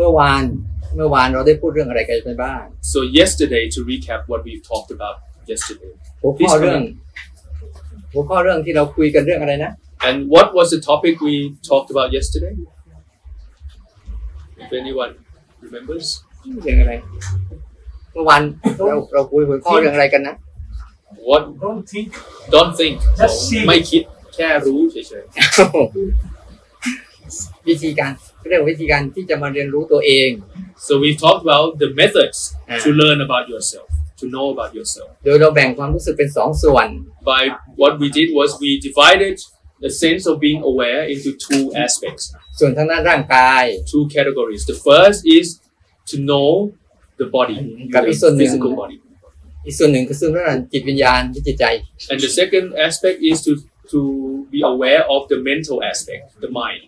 มื่อวานเมื่อวานเราได้พูดเรื่องอะไรกันไปบ้าง So yesterday, to recap what we've talked about yesterday, หัวข้อเรื่อง หัวข้อเรื่องที่เราคุยกันเรื่องอะไรนะ and what was the topic we talked about yesterday? If anyone remembers, เรื่องอะไร เมื่อวานเราเราคุยหัวข้อเรื่องอะไรกันนะ what Don't think. don't think, Just see. ไม่คิดแค่รู้เฉย วิธีการเรื่องวิธีการที่จะมาเรียนรู้ตัวเอง ๆ So we've talked about the methods Ah. to learn about yourself, to know about yourself. โดยเราแบ่งความรู้สึกเป็นสองส่วน by what we did was we divided the sense of being aware into two aspects, ส่วนทางด้านร่างกาย two categories. The first is to know the body, the Kapisun physical yung- body. อีกส่วนหนึ่งคือส่วนด้านจิตวิญญาณและจิตใจ And the second aspect is to, to be aware of the mental aspect, the mind.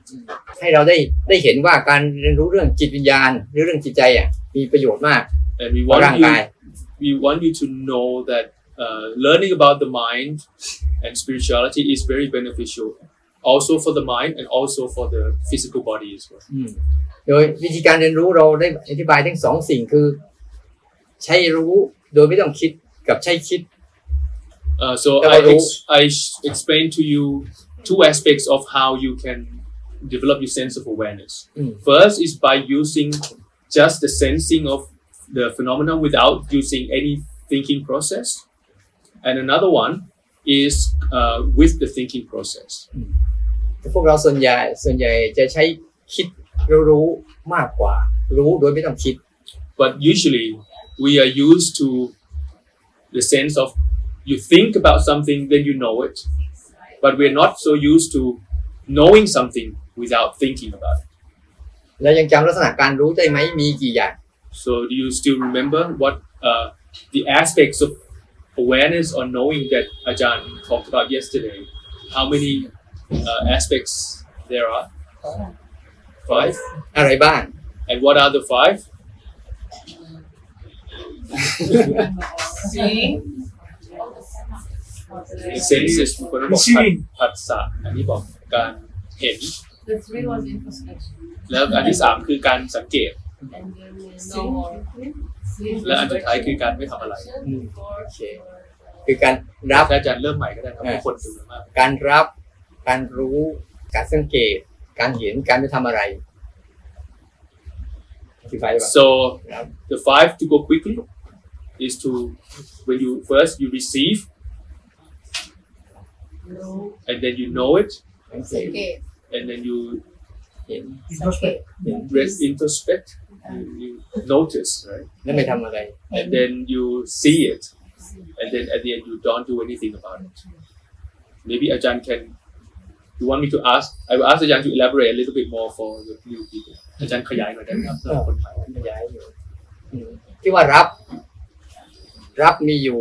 ให้เราได้ได้เห็นว่าการเรียนรู้เรื่องจิตวิญญาณ หรือเรื่องจิตใจอ่ะมีประโยชน์มาก And we ต่อร่าง want กาย you, we want you to know that uh, learning about the mind and spirituality is very beneficial, also for the mind and also for the physical body as well. อืมโดยวิธีการเรียนรู้เราได้อธิบายทั้งสองสิ่งคือ ใช้รู้โดยไม่ต้องคิดกับใช้คิด Uh, so Yeah, I, but ex- I s- explained to you two aspects of how you can develop your sense of awareness. Mm. First is by using just the sensing of the phenomenon without using any thinking process, and another one is uh, with the thinking process. แต่พวกเราส่วนใหญ่ส่วนใหญ่จะใช้คิดรู้รู้มากกว่า รู้โดยไม่ต้องคิด But usually we are used to the sense of you think about something, then you know it. But we're not so used to knowing something without thinking about it. แล้วยังจำลักษณะการรู้ได้ไหมมีกี่อย่าง So do you still remember what uh, the aspects of awareness or knowing that Ajahn talked about yesterday? How many uh, aspects there are? Five. อะไรบ้าง And what are the five? See? The senses. ร ผัสสะอันนี้บอกการเห็น The three was introspection. แล้วอันที่สามคือการสังเกต And then uh, no more. See? และอันสุดท้ายคือการไม่ทำอะไร Or- Okay. คือการรับ อาจารย์เริ่มใหม่ก็ได้ครับให้คนดูมาก การรับ การรู้ การสังเกต การเห็น การไม่ทำอะไรอธิบายได้ปะ So Yeah. the five to go quickly is to when you first you receive No. and then you know it สังเกต Okay. and then you เห็น Okay. re- introspect you, you notice right แล้วไม่ทำอะไร and then you see it and then at the end you don't do anything about it maybe Ajahn can you want me to ask I will ask Ajahn to elaborate a little bit more for the new people อาจารย์ขยายหน่อยได้ไหมครับสำหรับคนใหม่ ขยายอยู่อืมที่ว่ารับ รับมีอยู่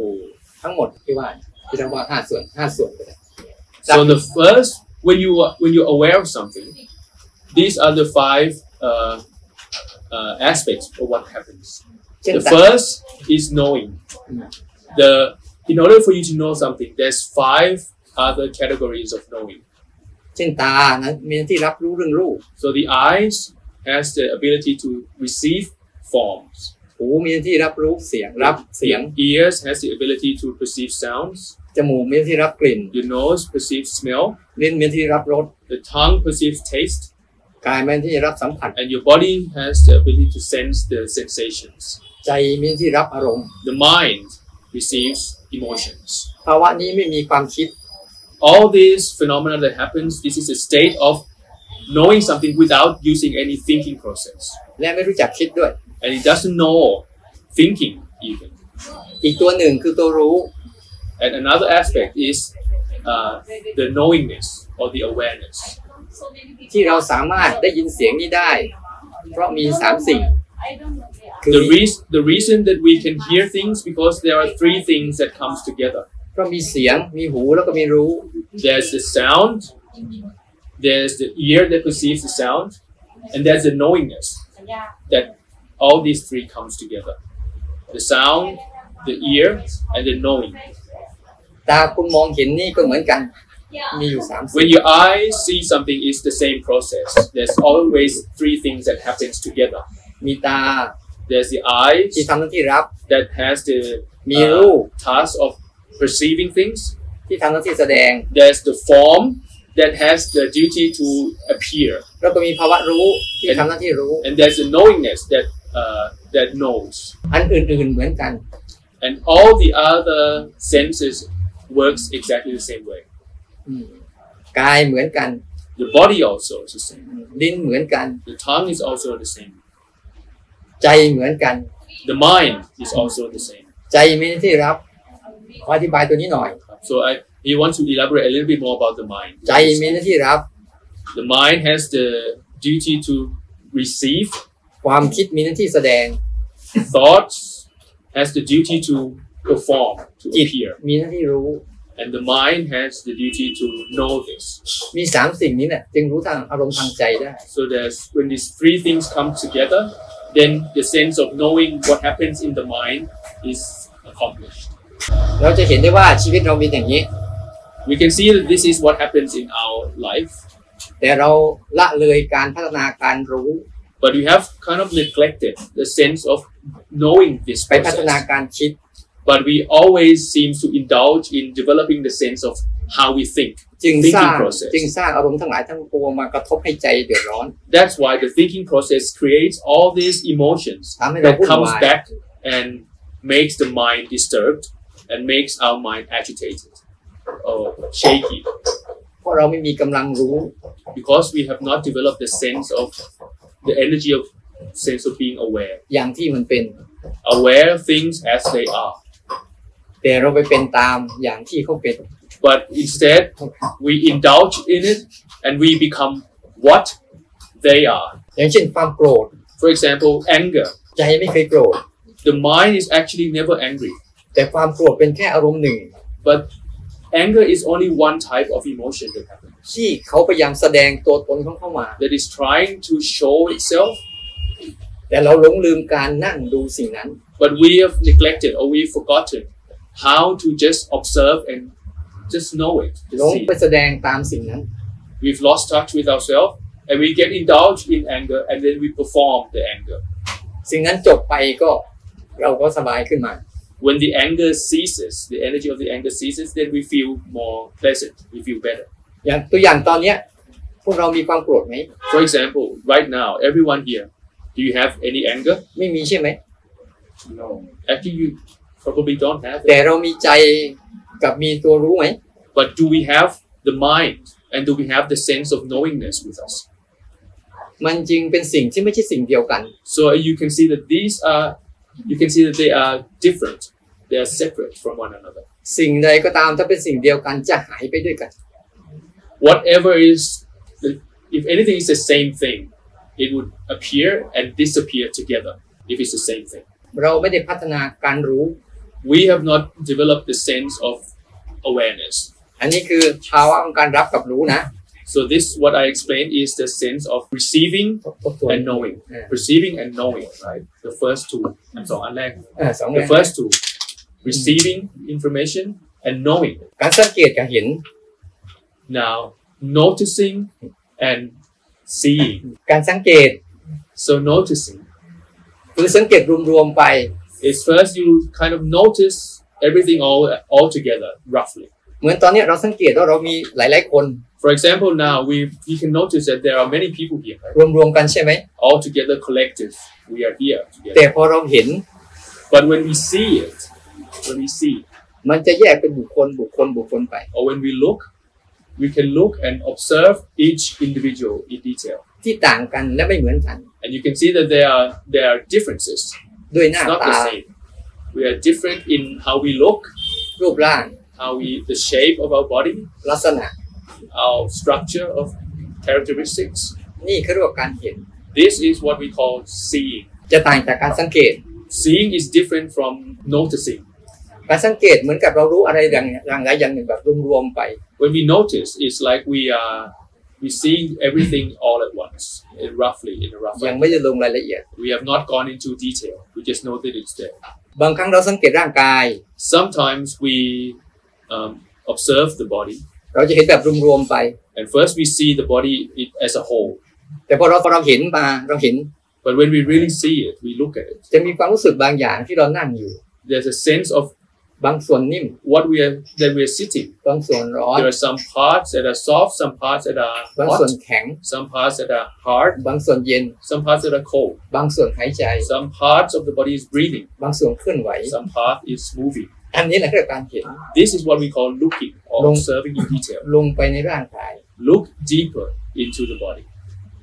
ทั้งหมดที่ว่าที่เราว่าห้าส่วนห้าส่วนก็ได้ So the first, when you are- when you're aware of something, these are the five uh, uh, aspects of what happens. เช่น The ตา first is knowing. The in order for you to know something, there's five other categories of knowing. เช่นตานะมีหน้าที่รับรู้เรื่องรูป So the eyes has the ability to receive forms. หูมีหน้าที่รับรู้เสียง รับเสียง The ears has the ability to perceive sounds. จมูกมีหน้าที่รับกลิ่น The nose perceives smell. ลิ้นมีหน้าที่รับรส The tongue perceives taste. กายมีหน้าที่รับสัมผัส and your body has the ability to sense the sensations. ใจมีหน้าที่รับอารมณ์ The mind receives emotions. ภาวะนี้ไม่มีความคิด All these phenomena that happens, this is a state of knowing something without using any thinking process, และไม่รู้จักคิดด้วย and it doesn't know thinking even. อีกตัวหนึ่งคือตัวรู้ And another aspect is uh, the knowingness or the awareness. ที่เราสามารถได้ยินเสียงนี้ได้ เพราะมีสามสิ่ง คือ The reas the reason that we can hear things because there are three things that comes together. เพราะมีเสียงมีหูแล้วก็มีรู้ there's the sound, there's the ear that perceives the sound, and there's the knowingness that all these three comes together. The sound, the ear, and the knowing. ตาคุณมองเห็นนี่ก็เหมือนกัน มีอยู่สามสิ่ When ง your eyes see something, it's the same process. There's always three things that happens together. มีตา There's the ที่ eyes ทำหน้าที่รับ that has the uh, มีรูป task of perceiving things. ที่ทำหน้าที่แสดง There's the form that has the duty to appear, แล้วก็มีภาวะรู้ที่ทำหน้าที่รู้ and there's the knowingness that uh, that knows, อันอื่น ๆเหมือนกัน and all the other senses works exactly the same way. อืมกายเหมือนกัน The body also is the same. ลิ้นเหมือนกัน The tongue is also the same. ใจเหมือนกัน The mind is also the same. ใจมีหน้าที่รับขออธิบายตัวนี้หน่อย So I he wants to elaborate a little bit more about the mind. ใจมีหน้าที่รับ The mind has the duty to receive ความคิดมีหน้าที่แสดง thoughts, has the duty to perform, to Yes. appear, มีหน้าที่รู้ and the mind has the duty to know this. มีสามสิ่งนี้เนี่ยจึงรู้ทางอารมณ์ทางใจได้ So there's when these three things come together, then the sense of knowing what happens in the mind is accomplished. เราจะเห็นได้ว่าชีวิตเราเป็นอย่างนี้ We can see that this is what happens in our life, แต่เราละเลยการพัฒนาการรู้ but we have kind of neglected the sense of knowing this ไปพัฒนา process. การคิด But we always seem to indulge in developing the sense of how we think, จึง thinking สร้าง process. จึงสร้างอารมณ์ทั้งหลายทั้งปวงมากระทบให้ใจเดือดร้อน That's why the thinking process creates all these emotions ทำให้เรา that วุ่น comes วาย back and makes the mind disturbed and makes our mind agitated or shaky เพราะเราไม่มีกำลังรู้ because we have not developed the sense of the energy of sense of being aware อย่างที่มันเป็น aware of things as they are แต่เราไปเป็นตามอย่างที่เขาเป็น but instead we indulge in it and we become what they are อย่างเช่นความโกรธ for example anger ใจไม่เคยโกรธ the mind is actually never angry แต่ความโกรธเป็นแค่อารมณ์หนึ่ง But anger is only one type of emotion that happens. ที่เขาพยายามแสดงตัวตนของเขามา That is trying to show itself, แต่เราหลงลืมการนั่งดูสิ่งนั้น but we have neglected or we've forgotten how to just observe and just know it. หล Just ง see. ไปแสดงตามสิ่งนั้น We've lost touch with ourselves and we get indulged in anger and then we perform the anger. สิ่งนั้นจบไปก็เราก็สบายขึ้นมา When the anger ceases, the energy of the anger ceases, then we feel more pleasant, we feel better. อย่างตัวอย่างตอนเนี้ยพวกเรามีความโกรธไหม For example, right now, everyone here, do you have any anger? ไม่มีใช่ไหม No. Actually, you probably don't have แต่เรามีใจกับมีตัวรู้ไหม But do we have the mind and do we have the sense of knowingness with us? มันจึงเป็นสิ่งที่ไม่ใช่สิ่งเดียวกัน So you can see that these are, you can see that they are different. They are separate from one another. สิ่งใดก็ตามถ้าเป็นสิ่งเดียวกันจะหายไปด้วยกัน Whatever is, the, if anything is the same thing, it would appear and disappear together if it's the same thing. เราไม่ได้พัฒนาการรู้ We have not developed the sense of awareness. อันนี้คือภาวะของการรับกับรู้นะ So this, what I explained, is the sense of receiving ทบทวน and knowing. Yeah. Perceiving and knowing, right? The first two. And so unlike เออสองอ The ย่าง first two, receiving information and knowing. การสังเกตการเห็น Now, noticing and seeing. การสังเกต So, noticing คือสังเกตรวมๆไป is first you kind of notice everything all, all together, roughly. เหมือนตอนเนี้ยเราสังเกตว่าเรามีหลายๆคน For example, now we you can notice that there are many people here, right? รวมๆกันใช่ไหม all together collective. We are here แต่ together. พอเราเห็น But when we see it, when we see, มันจะแยกเป็นบุคคลบุคคลบุคคลไป or when we look, we can look and observe each individual in detail, ที่ต่างกันและไม่เหมือนกัน and you can see that there are there are differences. ด้วยหน้า It's not ตา the same. We are different in how we look, รูปร่าง how we, the shape of our body, ลักษณะ our structure of characteristics. นี่คือเรียกว่าการเห็น This is what we call seeing. จะต่างจากการสังเกต Seeing is different from noticing. การสังเกตเหมือนกับเรารู้อะไรอย่างอย่างไรอย่างหนึ่งแบบรวมๆไป When we notice, it's like we are we seeing everything all at once, in roughly in a rough. ยัง way. ไม่ได้ลงรายละเอียด We have not gone into detail. We just know that it's there. บางครั้งเราสังเกตร่างกาย Sometimes we um, observe the body, เราจะเห็นแบบรวมๆไป and first we see the body it, as a whole. แต่พอเราพอเราเห็นมาเราเห็น But when we really see it, we look at it. จะมีความรู้สึกบางอย่างที่เรานั่งอยู่ There's a sense of บางส่วนนิ่ม what we are that we are sitting. บางส่วนร้อน There are some parts that are soft, some parts that are บางส่วน hot, แข็ง some parts that are hard, บางส่วนเย็น some parts that are cold. บางส่วนหายใจ Some parts of the body is breathing, บางส่วนเคลื่อนไหว some part is moving. อันนี้แหละเรียกการเห็น This is what we call looking or Long- observing in detail. ลงไปในร่างกาย Look deeper into the body.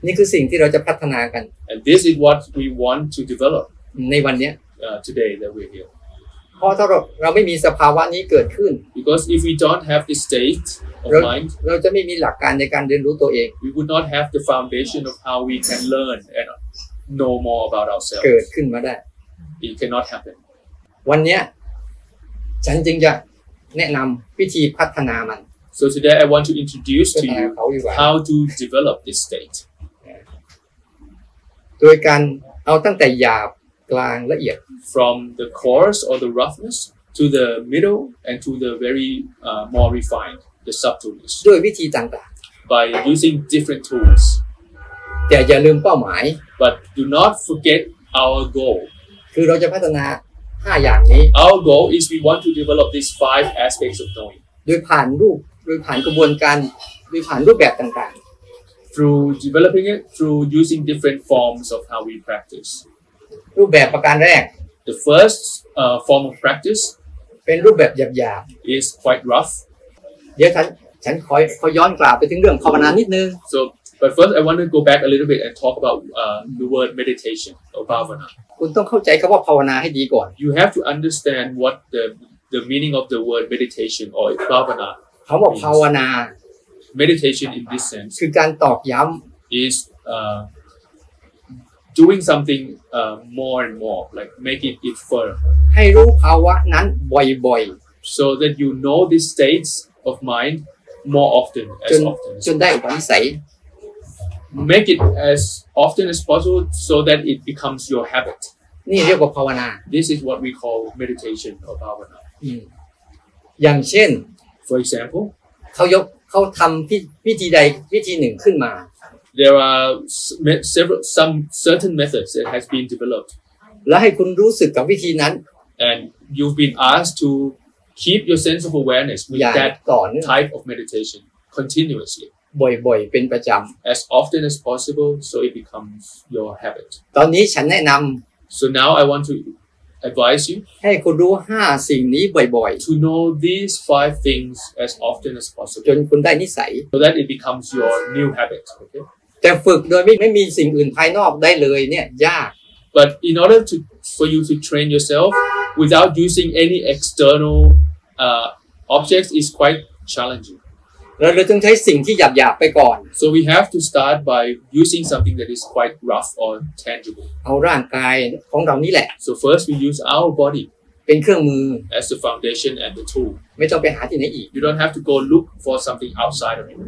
นี่คือสิ่งที่เราจะพัฒนากัน And this is what we want to develop ในวันเนี้ย uh, today that we're here. เพราะถ้าเราเราไม่มีสภาวะนี้เกิดขึ้น Because if we don't have this state of Right. mind, เราจะไม่มีหลักการในการเรียนรู้ตัวเอง we would not have the foundation of how we can learn and know more about ourselves. เกิดขึ้นมาได้ It cannot happen. วันเนี้ยฉันจึงจะแนะนำวิธีพัฒนามัน So today I want to introduce พัฒ to นา you เขาอยู่ว่า how to develop this state โดยการเอาตั้งแต่หยาบกลางละเอียด from the coarse or the roughness to the middle and to the very uh, more refined, the subtleness, ด้วยวิธีต่าง by using different tools. ๆ แต่อย่าลืมเป้าหมาย But do not forget our goal. คือเราจะพัฒนา 5 อย่างนี้ Our goal is we want to develop these five aspects of knowing โดยผ่านรูปโดยผ่านกระบวนการโดยผ่านรูปแบบต่าง through developing it through using different forms of how we practice. ๆ รูปแบบประการแรก The first uh, form of practice เป็นรูปแบบหยาบ is quite rough. ๆ เดี๋ยวฉันฉันขอขอย้อนกลับไปถึงเรื่องภาวนานิดนึง So, but first, I want to go back a little bit and talk about uh, the word meditation or bhavana. คุณต้องเข้าใจคำว่าภาวนาให้ดีก่อน You have to understand what the the meaning of the word meditation or bhavana. เขาบอกภาวนา Meditation in this sense คือการตอกย้ำ is uh, doing something uh, more and more, like making it firm, ให้รู้ภาวะนั้นบ่อย so that you know these states of mind more often, ๆ จ as น often. as จนได้อุปนิสัย make it as often as possible so that it becomes your habit. นี่เรียกว่าภาวนา This is what we call meditation or bhavana. อืมอย่างเช่น For example, เขายกเขาทำพิวิธีใดวิธีหนึ่งขึ้นมา there are s- me- several some certain methods that has been developed, แล้วให้คุณรู้สึกกับวิธีนั้น and you've been asked to keep your sense of awareness with อย่าง that ต่อเนื่อง type of meditation continuously บ่อยๆ เป็นประจำ as often as possible, so it becomes your habit. ตอนนี้ฉันแนะนำ So now I want to advise you ให้คุณรู้ห้าสิ่งนี้บ่อย to know these five things as often as ๆ จ possible, นคุณได้นิสัย so that it becomes your new habit. Okay. แต่ฝึกโดยไม่ไม่มีสิ่งอื่นภายนอกได้เลยเนี่ย ยาก But in order to for you to train yourself without using any external uh, objects is quite challenging. เราเลยต้องใช้สิ่งที่หยาบๆไปก่อน So we have to start by using something that is quite rough or tangible. เอาร่างกายของเรานี่แหละ So first we use our body เป็นเครื่องมือ as the foundation and the tool. ไม่ต้องไปหาที่ไหนอีก You don't have to go look for something outside of you.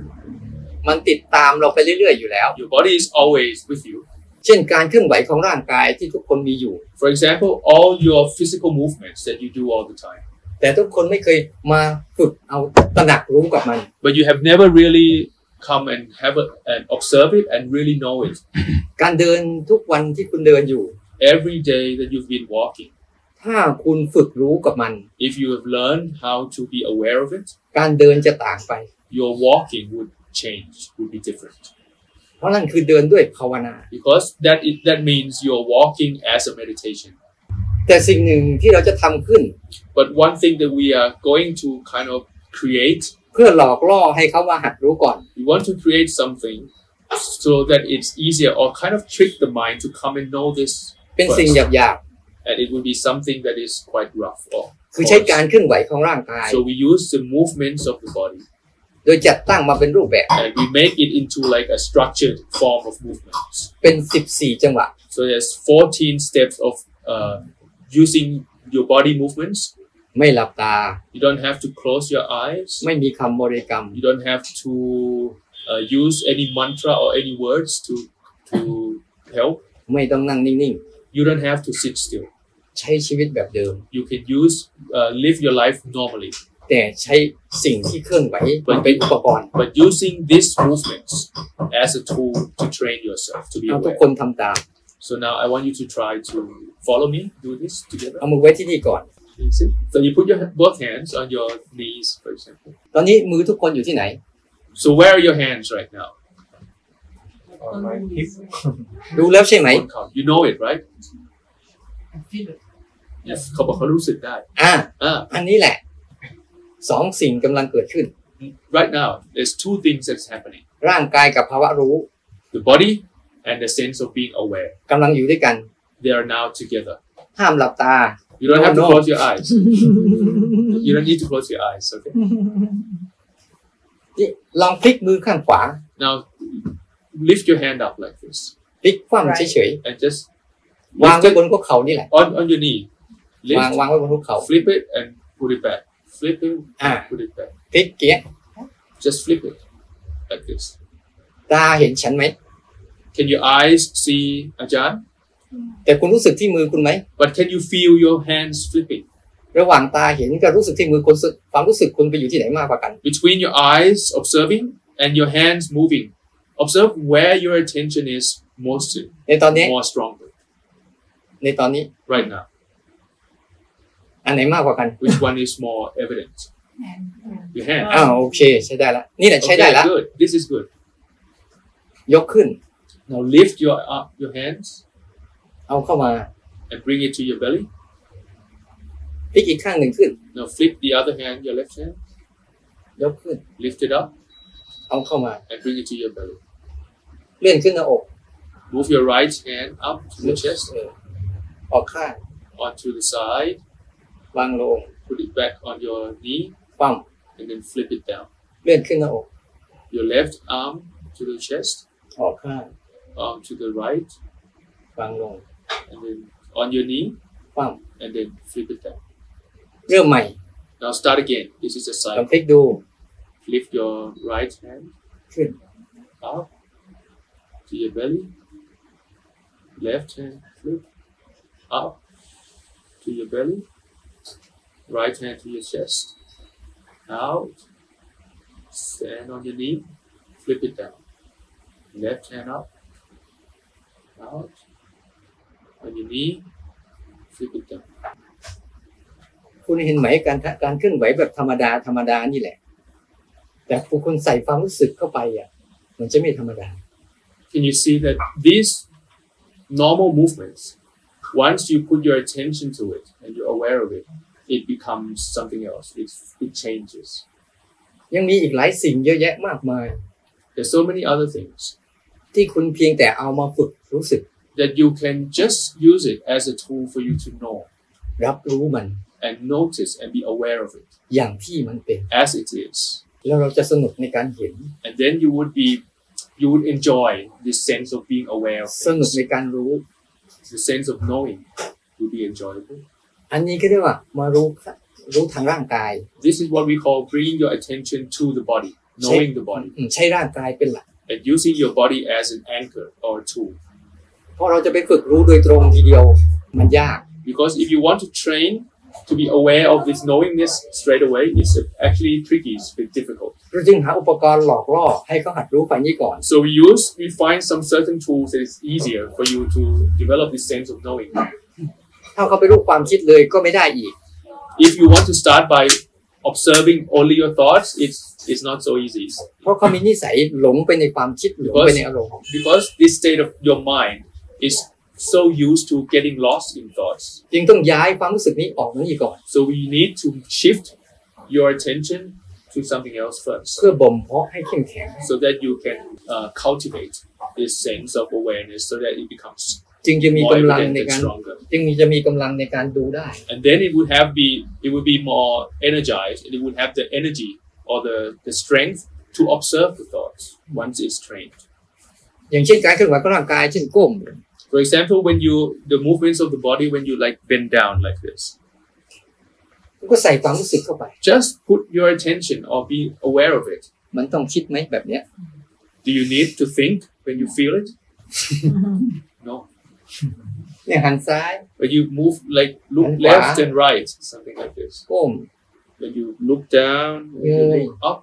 มันติดตามเราไปเรื่อยๆอยู่แล้ว Your body is always with you. เช่นการเคลื่อนไหวของร่างกายที่ทุกคนมีอยู่ For example, all your physical movements that you do all the time. แต่ทุกคนไม่เคยมาฝึกเอาตระหนักรู้กับมัน But you have never really come and have a, and observe it and really know it. การเดินทุกวันที่คุณเดินอยู่ Every day that you've been walking, ถ้าคุณฝึกรู้กับมัน if you have learned how to be aware of it, การเดินจะต่างไป your walking would change, would be different. เพราะนั่นคือเดินด้วยภาวนา Because that it, that means you're walking as a meditation. แต่สิ่งหนึ่งที่เราจะทำขึ้น But one thing that we are going to kind of create, เพื่อหลอกล่อให้เขาว่าหัดรู้ก่อน we want to create something so that it's easier or kind of trick the mind to come and know this เป็นสิ่ง first. หยาบ And it will be something that is quite rough or ๆคือใช้ coarse. การเคลื่อนไหวของร่างกาย So we use the movements of the body โดยจัดตั้งมาเป็นรูปแบบ and we make it into like a structured form of movements. เป็น 14 จังหวะ So there's 14 steps of uh, using your body movements. ไม่หลับตา You don't have to close your eyes. ไม่มีคำบริกรรม You don't have to uh, use any mantra or any words to to help. ไม่ต้องนั่งนิ่ง You don't have to sit still. ๆ ใช้ชีวิตแบบเดิม You can use uh, live your life normally, แต่ใช้สิ่งที่เคลื่อนไหวมันเป็นอุปกรณ์ but using these movements as a tool to train yourself to be เราทุก aware. คนทำตาม So now I want you to try to follow me, do this together. เอามือไว้ที่นี่ก่อน You see? So you put your both hands on your knees, for example. ตอนนี้มือทุกคนอยู่ที่ไหน So where are your hands right now? On my Knees. hip. รู้แล้วใช่ไหม One count. You know it, right? I feel it. Yes. เขาบอกเขารู้สึกได้ อ่า อ่า อันนี้แหละสองสิ่งกำลังเกิดขึ้น Right now, there's two things that's happening: ร่างกายกับภาวะรู้ the body and the sense of being aware. กำลังอยู่ด้วยกัน They are now together. ห้ามหลับตา You don't No, have to no. close your eyes. you don't need to close your eyes. Okay. นี่ลองพลิกมือข้างขวา Now, lift your hand up like this พลิกคว่ำ Right. เฉย and just ๆวาง lift ไว้ it บนหัวเข่านี่แหละ on on your knee. วาง Lift, วางไว้บนหัวเข่า flip it, and put it back. Flip it, อ่า put it back. พลิกเกี้ย Just flip it like this. ตาเห็นฉันไหม Can your eyes see Ajahn? แต่คุณรู้สึกที่มือคุณไหม But can you feel your hands flipping? ระหว่างตาเห็นกับรู้สึกที่มือคุณสึกความรู้สึกคุณไปอยู่ที่ไหนมากกว่ากัน Between your eyes observing and your hands moving, observe where your attention is most ในตอนนี้ more strongly ในตอนนี้ right now. อันไหนมากกว่ากัน Which one is more evident? Your hand. อ้าวโอเค ใช้ได้ละนี่แหละใช้ได้ Okay, ละ good. This is good. ยกขึ้น Now lift your up your hands เอาเข้ามา and bring it to your belly. พลิกอีกข้างหนึ่งขึ้น Now flip the other hand, your left hand, ยกขึ้น lift it up เอาเข้ามา and bring it to your belly. เลื่อนขึ้นหน้าอก Move your right hand up to the chest เออออกข้าง onto the side, วางลง put it back on your knee คว่ and then flip it down. ำเลื่อนขึ้นหน้าอก Your left arm to the chest, ออกข้าง arm to the right, วางลง and then on your knee คว่ and then flip it down. ำเริ่มใหม่ Now start again. This is a ลอง side. พลิกดู Lift your right hand ขึ้น up to your belly. Left hand flip up to your belly. Right hand to your chest. Out. Stand on your knee. Flip it down. Left hand up. Out. On your knee. Flip it down. คุณเห็นไหมการทะการเคลื่อนไหวแบบธรรมดาธรรมดานี่แหละ แต่พอคุณใส่ความรู้สึกเข้าไปอ่ะ มันจะไม่ธรรมดา Can you see that these normal movements, once you put your attention to it and you're aware of it, it becomes something else. It, it changes. ยังมีอีกหลายสิ่งเยอะแยะมากมาย There's so many other things ที่คุณเพียงแต่เอามาฝึกรู้สึก that you can just use it as a tool for you to know รับรู้มัน and notice and be aware of it อย่างที่มันเป็น as it is. แล้วเราจะสนุกในการเห็น And then you would be, you would enjoy this sense of being aware of สนุก things. ในการรู้ The sense of knowing would be enjoyable. อันนี้ก็เรียกว่า มารู้ค่ะรู้ทางร่างกาย This is what we call bringing your attention to the body, knowing the body. อืมใช้ร่างกายเป็นหลัก and using your body as an anchor or a tool. เพราะเราจะไปฝึกรู้โดยตรงทีเดียว มันยาก Because if you want to train to be aware of this knowingness straight away, it's actually tricky, it's a bit difficult. เราจึงหาอุปกรณ์หลอกล่อให้เขาหัดรู้ไปนี้ก่อน So we use, we find some certain tools that is easier for you to develop this sense of knowing. ถ้าเขาไปรู้ความคิดเลยก็ไม่ได้อีก If you want to start by observing only your thoughts, it's it's not so easy. เพราะเขามีนิสัยหลงไปในความคิดหลงไปในอารมณ์ Because this state of your mind is so used to getting lost in thoughts. จึงต้องย้ายความรู้สึกนี้ออกนี่ก่อน So we need to shift your attention to something else first. เพื่อบ่มเพาะให้เข้มแข็ง so that you can uh, cultivate this sense of awareness so that it becomes จึงจะมี more กำลัง evident ใน and การ stronger จึงมีจะมีกำลังในการดูได้ and then it would have be it would be more energized and it would have the energy or the, the strength to observe the thoughts once it's trained อย่างเช่นการเคลื่อนไหวของร่างกายเช่นก้ม for example when you the movements of the body when you like bend down like this ก็ใส่ความรู้สึกเข้าไป just put your attention or be aware of it มันต้องคิดไหมแบบเนี้ย do you need to think when you feel it no เนี่ยหันซ้าย but you move like look And wha- left and right something like this ก้ม when you look down, when Yay. you look up,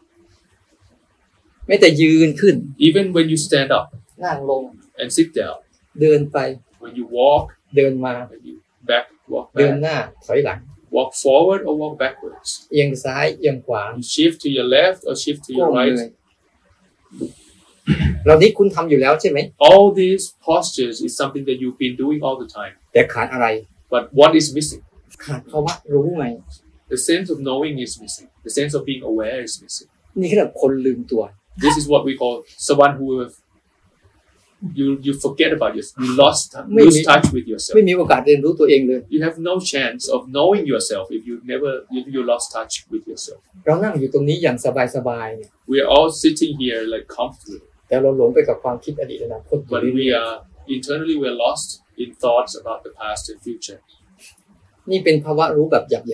ไม่แต่ยืนขึ้น even when you stand up นั่งลง and sit down, เดินไป When you walk, เดินมา when you back, walk เดิน back, หน้าถอยหลัง walk forward or walk backwards. เอียงซ้ายเอียงขวา You shift to your left or shift to ก้ม your เล right. ยเรานี้คุณทำอยู่แล้วใช่ไหม All these postures is something that you've been doing all the time. แต่ขาดอะไร But what is missing? ขาดภาวะรู้ไง The sense of knowing is missing. The sense of being aware is missing. นี่คือคนลืมตัว This is what we call someone who have, you you forget about yourself. You lost lose Maybe. touch with yourself. ไม่มีโอกาสเรียนรู้ตัวเองเลย You have no chance of knowing yourself if you never if you lost touch with yourself. เรานั่งอยู่ตรงนี้อย่างสบายๆเนี่ย We are all sitting here like comfortably, แต่เราหลงไปกับความคิดอดีตอนาคตอยู่ but เรื่อย we are internally we are lost in thoughts about the past and future. ๆนี่เป็นภาวะรู้แบบหยาบ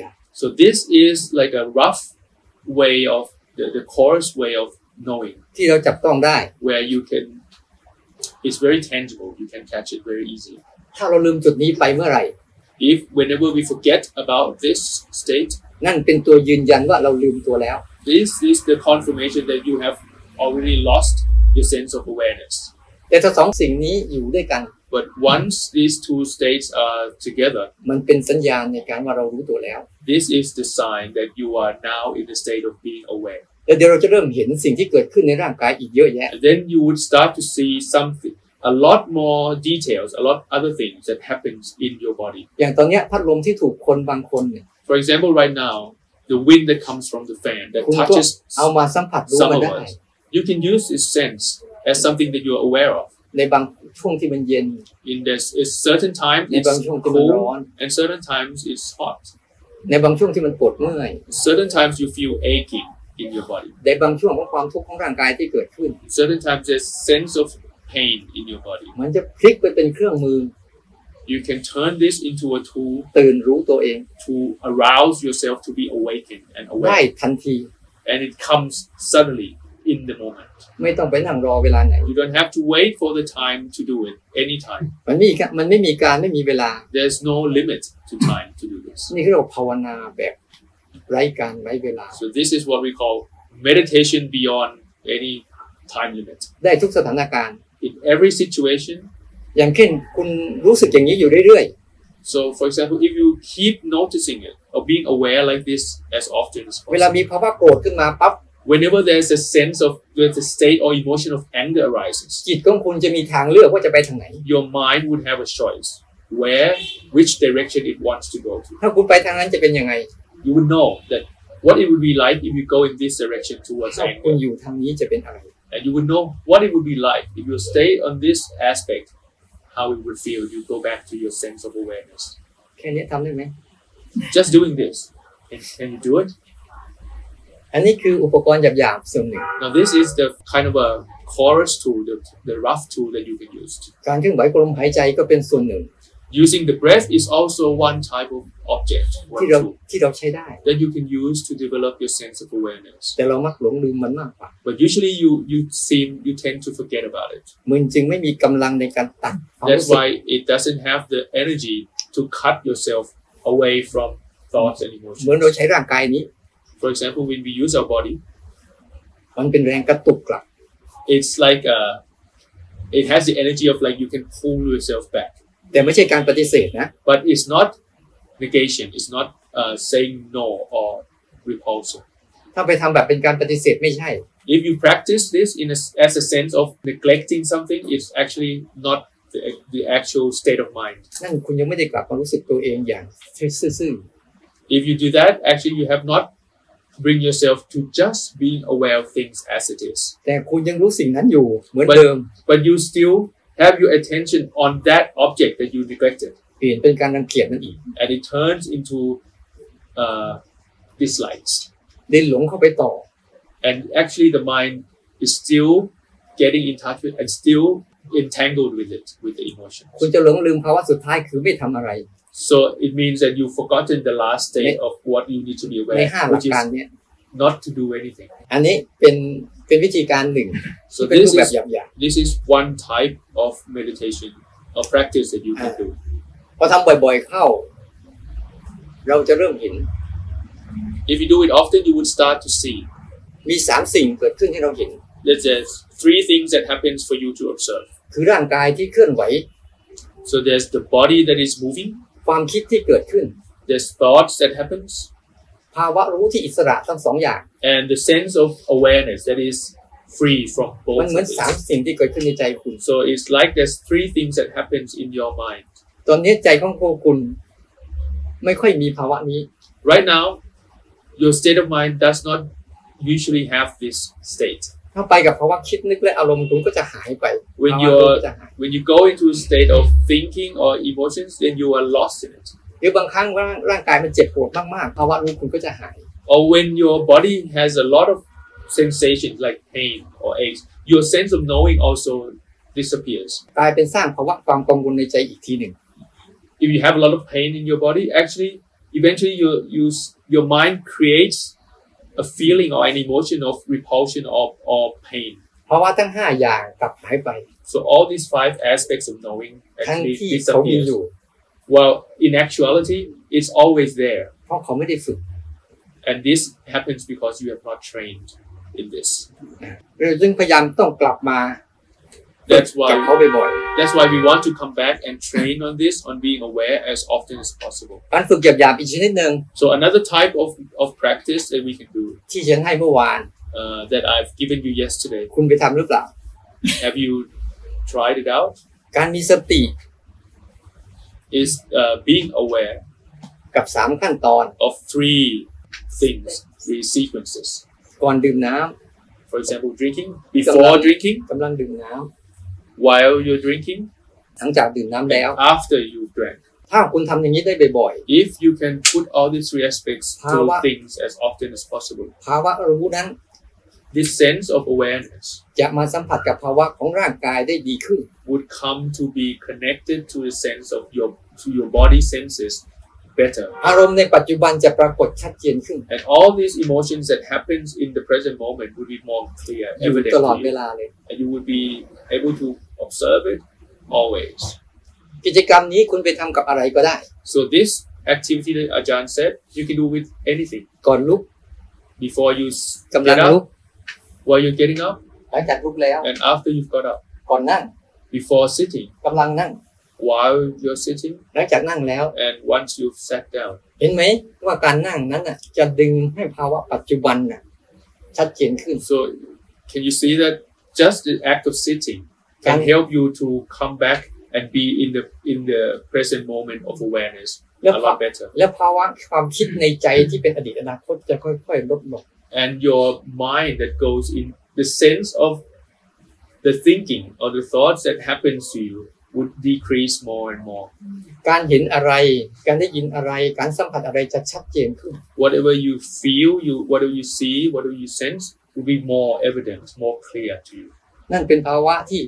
So this is like a rough way of the, the coarse way of knowing ๆที่เราจับต้องได้ where you can it's very tangible. You can catch it very easily. ถ้าเราลืมจุดนี้ไปเมื่อไหร่ If whenever we forget about this state, นั่นเป็นตัวยืนยันว่าเราลืมตัวแล้ว this is the confirmation that you have already lost your sense of awareness. แต่ถ้าสองสิ่งนี้อยู่ด้วยกัน But once these two states are together, มันเป็นสัญญาณในการว่าเรารู้ตัวแล้ว this is the sign that you are now in the state of being aware. แล้วเดี๋ยวเราจะเริ่มเห็นสิ่งที่เกิดขึ้นในร่างกายอีกเยอะแยะ And then you would start to see something, a lot more details, a lot other things that happens in your body. อย่างตอนเนี้ยพัดลมที่ถูกคนบางคนเนี่ย For example, right now, the wind that comes from the fan that คุณก็ touches เอามาสัมผัสรู้ some มัน of ได้ us, you can use this sense as something that you're aware of. ในบางช่วงที่มันเย็น In this, it's certain time ในบาง it's ช่วงที่มันร้อ cold, น and certain times it's hot. ในบางช่วงที่มันปวดเมื่อย Certain times you feel aching in your body. ในบางช่วงของความทุกข์ของร่างกายที่เกิดขึ้น Certain times there's sense of pain in your body. มันจะพลิกไปเป็นเครื่องมือ You can turn this into a tool ตื่นรู้ตัวเอง to arouse yourself to be awakened and ได้ aware. ทันที And it comes suddenly in the moment. ไม่ต้องไปนั่งรอเวลาไหน You don't have to wait for the time to do it anytime. มันมีการมันไม่มีการไม่มีเวลา There's no limit to time to do this. นี่คือเราภาวนาแบบไร้การไร้เวลา So this is what we call meditation beyond any time limit. ได้ทุกสถานการณ์ In every situation, อย่างเช่นคุณรู้สึกอย่างนี้อยู่เรื่อย so for example, if you keep noticing it or being aware like this as often as ๆ เวลา possible, มีภาวะโกรธขึ้นมาปั๊บ whenever there's a sense of there's a state or emotion of anger arises, จิตของคุณจะมีทางเลือกว่าจะไปทางไหน your mind would have a choice where, which direction it wants to go to. ถ้าคุณไปทางนั้นจะเป็นยังไง You would know that what it would be like if you go in this direction towards ถ้าคุณ anger, อยู่ทางนี้จะเป็นอะไร and you would know what it would be like if you stay on this aspect, how it would feel. You go back to your sense of awareness. แค่นี้ทำได้ไหม just doing this. Can, can you do it? อันนี้คืออุปกรณ์หยาบๆส่วนหนึ่ง Now, this is the kind of a chorus tool, the, the rough tool that you can use. การเคลื่อนไหวกลมหายใจก็เป็นส่วนหนึ่ง Using the breath is also one type of object, ที่ one เรา tool ที่เราใช้ได้ that you can use to develop your sense of awareness. แต่เรามักหลงลืมมันมากกว่า But usually, you you seem you tend to forget about it. มันจึงไม่มีกำลังในการตัดความ That's รู้สึก why it doesn't have the energy to cut yourself away from thoughts and เหมือนเรา emotions. ใช้ร่างกายนี้ For example, when we use our body, มันเป็นแรงกระตุกกลับ it's like uh, it has the energy of like you can pull yourself back. แต่ไม่ใช่การปฏิเสธนะ but it's not negation. It's not uh, saying no or repulsion. ถ้าไปทำแบบเป็นการปฏิเสธไม่ใช่ If you practice this in a, as a sense of neglecting something, it's actually not the, the actual state of mind. นั่นคุณยังไม่ได้กลับมารู้สึกตัวเองอย่างซื่อ If you do that, actually you have not bring yourself to just being aware of things as it is, ๆแต่คุณยังรู้สิ่งนั้นอยู่เหมือน But- เดิม but you still have your attention on that object that you neglected, เปลี่ยนเป็นการรังเกียจนั่นอีก and it turns into uh, dislikes. ได้หลงเข้าไปต่อ and actually the mind is still getting in touch with and still entangled with it with the emotions คุณจะหลงลืมภาวะสุดท้ายคือไม่ทำอะไร so it means that you've forgotten the last state of what you need to be ใน aware ห้า of หลัก which is การเนี้ย not to do anything อันนี้เป็นเป็นวิธีการหนึ่ง so เป็นรู this ปแบบ is หยาบ this is one type of meditation or practice that you can do ๆพอทำบ่อยๆเข้า เราจะเริ่มเห็น if you do it often you would start to see มีสามสิ่งเกิดขึ้นให้เราเห็น that there's three things that happens for you to observe คือร่างกายที่เคลื่อนไหว So there's the body that is moving, ความคิดที่เกิดขึ้น there's thoughts that happens, ภาวะรู้ที่อิสระทั้งสองอย่าง and the sense of awareness that is free from มัน both. เหมือน of สาม these. สิ่งที่เกิดขึ้นในใจคุณ So it's like there's three things that happens in your mind ตอนนี้ใจของพวกคุณ ไม่ค่อยมีภาวะนี้ right now. Your state of mind does not usually have this state. ถ้าไปกับภาวะคิดนึกและอารมณ์คุณก็จะหายไป When ภาวะคุณ you're ก็จะหาย when you go into a state of thinking or emotions, then you are lost in it. หรือบางครั้งร่างร่างกายมันเจ็บปวดมากๆภาวะรู้คุณก็จะหาย Or when your body has a lot of sensations like pain or aches, your sense of knowing also disappears. กลายเป็นสร้างภาวะความกังวลในใจอีกทีหนึ่ง If you have a lot of pain in your body, actually, eventually you, you, s- your mind creates a feeling or an emotion of repulsion or, or pain. ภาวะทั้งห้าอย่างกลับหายไป So all these five aspects of knowing ทั้ง actually ที่เขามีอ disappears. ยู่ Well, in actuality, it's always there. เพราะเขาไม่ได้ฝึก And this happens because you have not trained in this. เราจึงพยายามต้องกลับมาฝึก That's กับ why เขาบ่อย that's why we want to come back and train on this, on being aware as often as possible. ๆการฝึกหยาบๆอีกชนิดหนึ่ง So another type of, of practice that we can do ที่ฉันให้เมื่อวาน uh, that I've given you yesterday. คุณไปทำหรือเปล่า Have you tried it out? การมีสติ Is uh, being aware กับสามขั้นตอน of three things, three sequences. ก่อนดื่มน้ำ For example, drinking, before drinking, กำลังดื่มน้ำ while you're drinking, หลังจากดื่มน้ำแล้ว after you've drank. ถ้าคุณทำอย่างนี้ได้บ่อย If you can put all these three aspects to Power. things as often as possible, ๆ ภาวะรู้นั้น this sense of awareness จะมาสัมผัสกับภาวะของร่างกายได้ดีขึ้น would come to be connected to the sense of your to your body senses better อารมณ์ในปัจจุบันจะปรากฏชัดเจนขึ้น and all these emotions that happens in the present moment would be more clear อยู่ evident ตลอด to เว you, ลาเลย and you would be able to observe it always กิจกรรมนี้คุณไปทำกับอะไรก็ได้ so this activity that ajahn said you can do with anything ก่อนลุก before you s- กำลัง get ลุก up while you're getting up หลังจากลุกแล้ว and after you've got up ก่อนนั่ง before sitting กำลังนั่ง while you're sitting หลังจากนั่งแล้ว and once you've sat down เห็นไหมว่าการนั่งนั้นน่ะ จะดึงให้ภาวะปัจจุบันน่ะ ชัดเจนขึ้น So, can you see that just the act of sitting can Can- help you to come back and be in the in the present moment of awareness a แล้ว lot better, แล้วภาวะความคิดในใจที่เป็นอดีตอนาคตจะค่อยๆลดลง and your mind that goes in the sense of the thinking or the thoughts that happens to you would decrease more and more. การเห็นอะไร การได้ยินอะไร การสัมผัสอะไรจะชัดเจนขึ้น Whatever you feel, you whatever you see, whatever you sense will be more evident, more clear to you. นั่นเป็นภาวะที่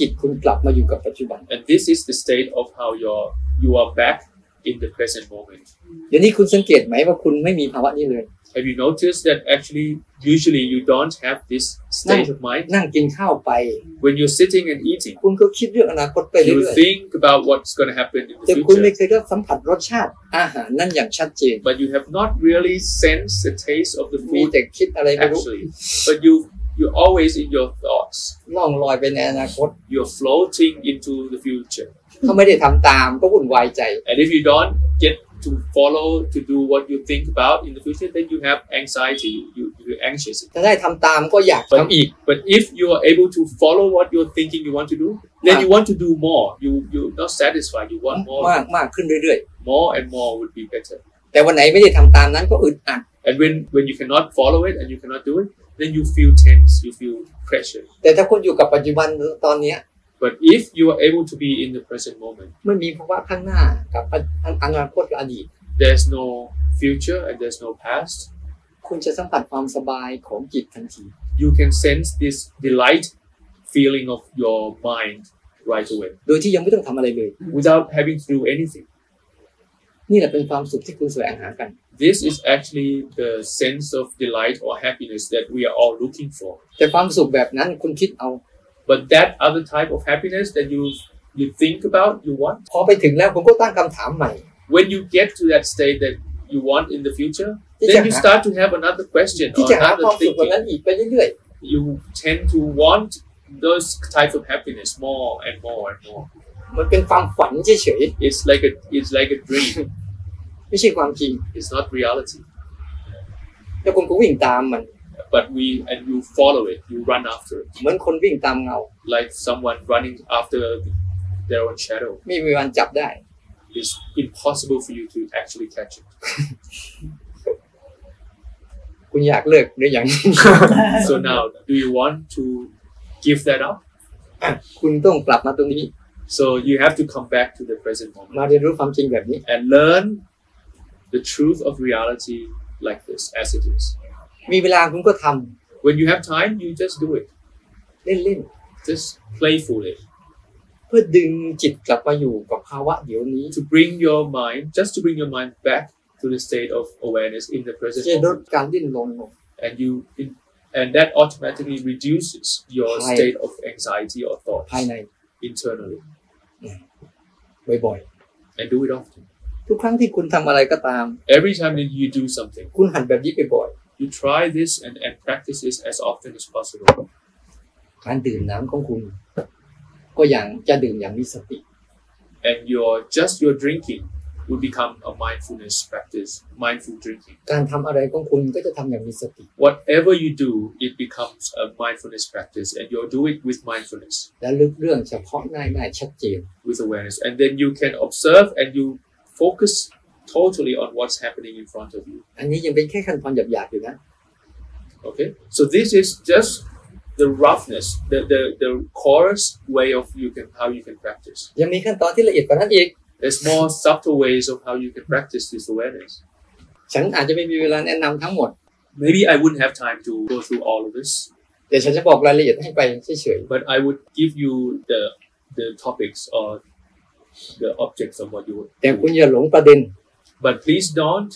จิตคุณกลับมาอยู่กับปัจจุบัน And this is the state of how you're you are back in the present moment. เดี๋ยวนี้คุณสังเกตไหมว่าคุณไม่มีภาวะนี้เลย Have you noticed that actually, usually you don't have this state of mind? นั่งกินข้าวไป When you're sitting and eating, คุณก็คิดเรื่องอนาคตไปเรื่ you อย think about what's going to happen in ๆ แต่ the คุณไม่ future, เคยได้สัมผัสรสชาติ อาหารนั่นอย่างชัดเจน but you have not really sensed the taste of the มี food แต่คิดอะไรไม่รู้ actually. But you, you're always in your thoughts. ล่องลอยไปในอนาคต You're floating into the future. ถ้าไม่ได้ทำตามก็วุ่นวายใจ And if you don't get to follow, to do what you think about in the future, then you have anxiety. You, you're anxious. ถ้าได้ทำตามก็อยากทำ But, อีก but if you are able to follow what you're thinking you want to do, then Yeah. you want to do more. You you're not satisfied. You want more. มากมากขึ้นเรื่อย More and more would be better. ๆ แต่วันไหนไม่ได้ทำตามนั้นก็อึดอัด And when when you cannot follow it and you cannot do it, then you feel tense. You feel pressure. แต่ถ้าคุณอยู่กับปัจจุบันตอนเนี้ย But if you are able to be in the present moment, ไม่มีภาวะข้างหน้ากับอนาคตกับอดีต there's no future and there's no past. คุณจะสัมผัสความสบายของจิตทันที You can sense this delight feeling of your mind right away โดยที่ยังไม่ต้องทำอะไรเลย without having to do anything. นี่แหละเป็นความสุขที่คุณแสวงหากัน This is actually the sense of delight or happiness that we are all looking for. แต่ความสุขแบบนั้นคุณคิดเอา But that other type of happiness that you you think about, you want, พอไปถึงแล้วคุณก็ตั้งคำถามใหม่ when you get to that state that you want in the future, ที่จะ then you หา start to have another question ที่ or จะหาควา another มสุขแบบ thinking. นั้นอีกไปเรื่อย You tend to want those type of happiness more and more and more. ๆ มันเป็นความฝันเฉย It's like a it's like a dream. ๆไม่ใช่ความจริง it's not reality. แล้วคนก็วิ่งตามมัน But we and you follow it. You run after it เหมือนคนวิ่งตามเงา like someone running after their own shadow. ไม่มีวันจับได้ It's impossible for you to actually catch it. คุณอยากเลิกหรือยัง So now, do you want to give that up? คุณต้องกลับมาตรงนี้ So you have to come back to the present moment มาเรียนรู้ความจริงแบบนี้ and learn the truth of reality like this, as it is. มีเวลาคุณก็ทำ When you have time, you just do it. เล่น Just playfully ๆ เพื่อดึงจิตกลับมาอยู่กับภาวะเดี๋ยวนี้ to bring your mind, just to bring your mind back to the state of awareness in the จะ present ล moment. ดการดิ้นรนลง and you and that automatically reduces your Right. state of anxiety or thoughts ภายใน internally บ่อย and do it often ๆ ทุกครั้งที่คุณทำอะไรก็ตาม every time that you do something คุณหัดแบบนี้ไปบ่อย you try this and, and practice this as often as possible การดื่มน้ำของคุณ ก็อย่างจะดื่มอย่างมีสติ and your just your drinking would become a mindfulness practice mindful drinking การทำอะไรของคุณก็จะทำอย่างมีสติ whatever you do it becomes a mindfulness practice and you'll do it with mindfulness และลึกเรื่องเฉพาะหน้าได้ชัดเจน with awareness and then you can observe and you focus totally on what's happening in front of you อันนี้ยังเป็นแค่ขั้นตอนหยาบๆอยู่นะ Okay, so this is just the roughness, the the, the coarse way of you can how you can practice. ยังมีขั้นตอนที่ละเอียดกว่านั้นอีก There's more subtle ways of how you can practice this awareness. ฉันอาจจะไม่มีเวลาแนะนำทั้งหมด Maybe I wouldn't have time to go through all of this, แต่ฉันจะบอกรายละเอียดให้ไปเฉย but I would give you the the topics or the objects of what you would. ๆแต่คุณอย่าหลงประเด็น But please don't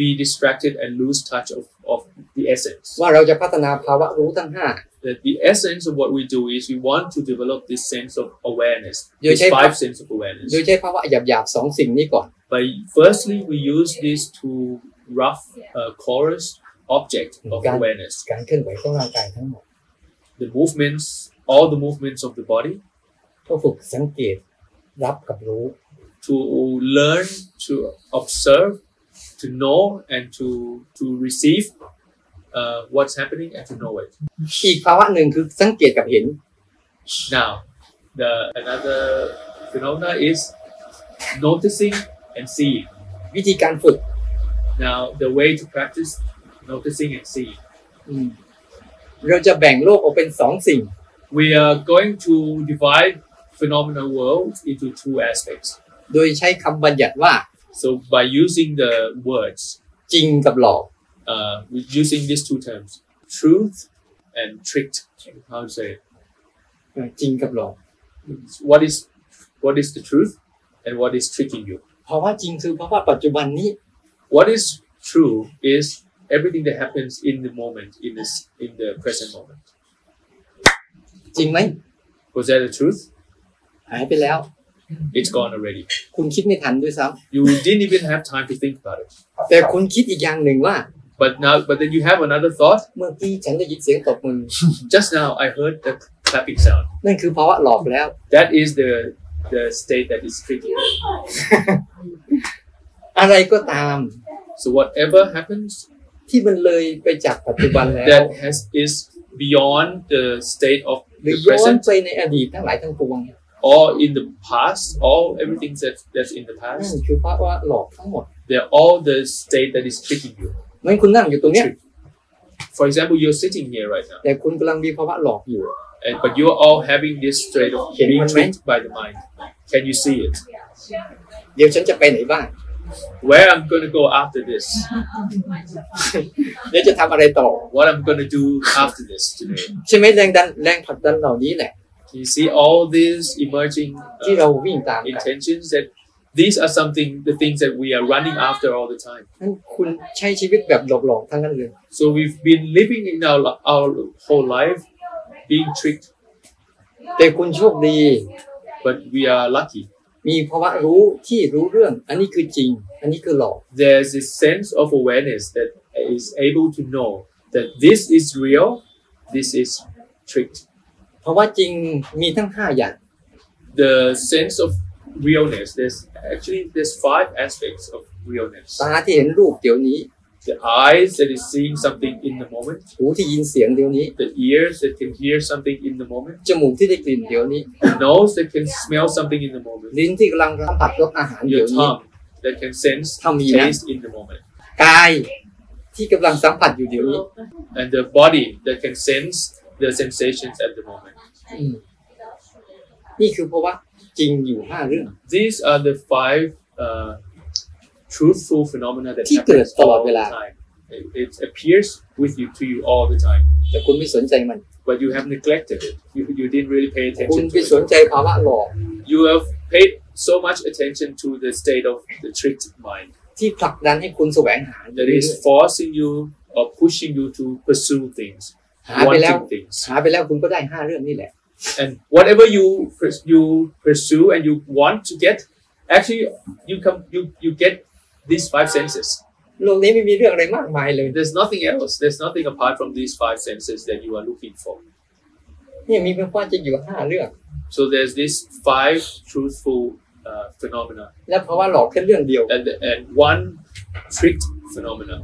be distracted and lose touch of, of the essence. ว่าเราจะพัฒนาภาวะรู้ทั้งห้า That the essence of what we do is we want to develop this sense of awareness, You this take- five sense of awareness. โดยใช้ภาวะหยาบๆสองสิ่งนี้ก่อน But firstly, we use these two rough uh, chorus object of Got it. awareness. การเคลื่อนไหวของร่างกายทั้งหมด The movements, all the movements of the body, ก็ฝึกสังเกตรับกับรู้ to learn, to observe, to know, and to to receive uh, what's happening and to know it. อีกภาวะหนึ่งคือสังเกตกับเห็น Now, the another phenomena is noticing and seeing. วิธีการฝึก Now, the way to practice noticing and seeing. อืมเราจะแบ่งโลกออกเป็นสองสิ่ง We are going to divide phenomenal world into two aspects. โดยใช้คำบัญญัติว่า So by using the words, จริงกับหลอก uh, we're using these two terms, truth and tricked. How to say it? เออจริงกับหลอก What is what is the truth, and what is tricking you? เพราะว่าจริงคือเพราะว่าปัจจุบันนี้ What is true is everything that happens in the moment, in this in the present moment. จริงไหม Was that the truth? หายไปแล้ว It's gone already. คุณคิดไม่ทันด้วยซ้ You didn't even have time to think about it. ำแต่คุณคิดอีกอย่างหนึ่งว่า But now, but then you have another thought. เมื่อกี้ฉันได้ยินเสียงตบมือ Just now, I heard the clapping sound. นั่นคือภาวะหลอกแล้ว That is the the state that is tricking. you. อะไรก็ตาม So whatever happens, ที่มันเลยไปจากปัจจุบันแล้ว that has is beyond the state of หรือ the ย้อน present ไปในอดีตทั้งหลายทั้งปวง or in the past, all everything that that's in the นั่น past. คือภาวะหลอกทั้งหมด They're all the state that is tricking you. งั้นคุณนั่งอยู่ตรงเนี้ย For example, you're sitting here right now, แต่คุณกำลังมีภาวะหลอกอยู่ and but you're all having this state of Can you being imagine? tricked by the mind. Can you see it? เดี๋ยวฉันจะไปไหนบ้าง Where I'm gonna go after this? เดี๋ยวจะทำอะไรต่อ What I'm gonna do after this today? ใช่ไหมแรงดันแรงผลักดันเหล่านี้แหละ Can you see all these emerging ที่ uh, เราวิ่งตามกัน intentions that these are something the things that we are running after all the time. นั่นคุณใช้ชีวิตแบบหลอกๆทั้งนั้นเลย So we've been living in our our whole life being tricked, แต่คุณโชคดี but we are lucky. มีภาวะรู้ที่รู้เรื่อง อันนี้คือจริง อันนี้คือหลอก There's this sense of awareness that is able to know that this is real, this is tricked. เพราะว่าจริงมีทั้งห้าอย่าง The sense of realness, there's actually there's five aspects of realness. ตาที่เห็นรูปเดี๋ยวนี้ The eyes that is seeing something in the moment, หูที่ยินเสียงเดี๋ยวนี้ the ears that can hear something in the moment, จมูกที่ได้กลิ่นเดี๋ยวนี้ the nose that can smell something in the moment, ลิ้นที่กำลังสัมผัสรสอาหารเดี๋ย your วนี้ tongue that can sense ถ้ามีนะ taste in the moment, กายที่กำลังสัมผัสอยู่เดี๋ยวนี้ and the body that can sense the sensations at the moment. อืมนี่คือเพราะว่าจริงอยู่ห้าเรื่อง These are the five uh, truthful phenomena that ที่ happens เกิดตลอด all the เวลา time. It, it appears with you to you all the time. แต่คุณไม่สนใจมัน but you have neglected it. You, you didn't really pay คุณ attention ไป to ส it. นใจภาวะหลอก You have paid so much attention to the state of the tricked mind ที่ผลักดันให้คุณแสวงหาอยู่ that เรื่อย is forcing you or pushing you to pursue things, หาไปแล้ว wanting things. หาไปแล้วคุณก็ได้ห้าเรื่องนี่แหละ And whatever you pers- you pursue and you want to get, actually you come you, you get these five senses. โลกนี้ไม่มีเรื่องอะไรมากมายเลย There's nothing else. There's nothing apart from these five senses that you are looking for. เนี่ยมีเพียงว่าจะอยู่ห้าเรื่อง So there's these five truthful uh, phenomena และภาวะหลอกแค่เรื่องเดียว and, and one tricked phenomena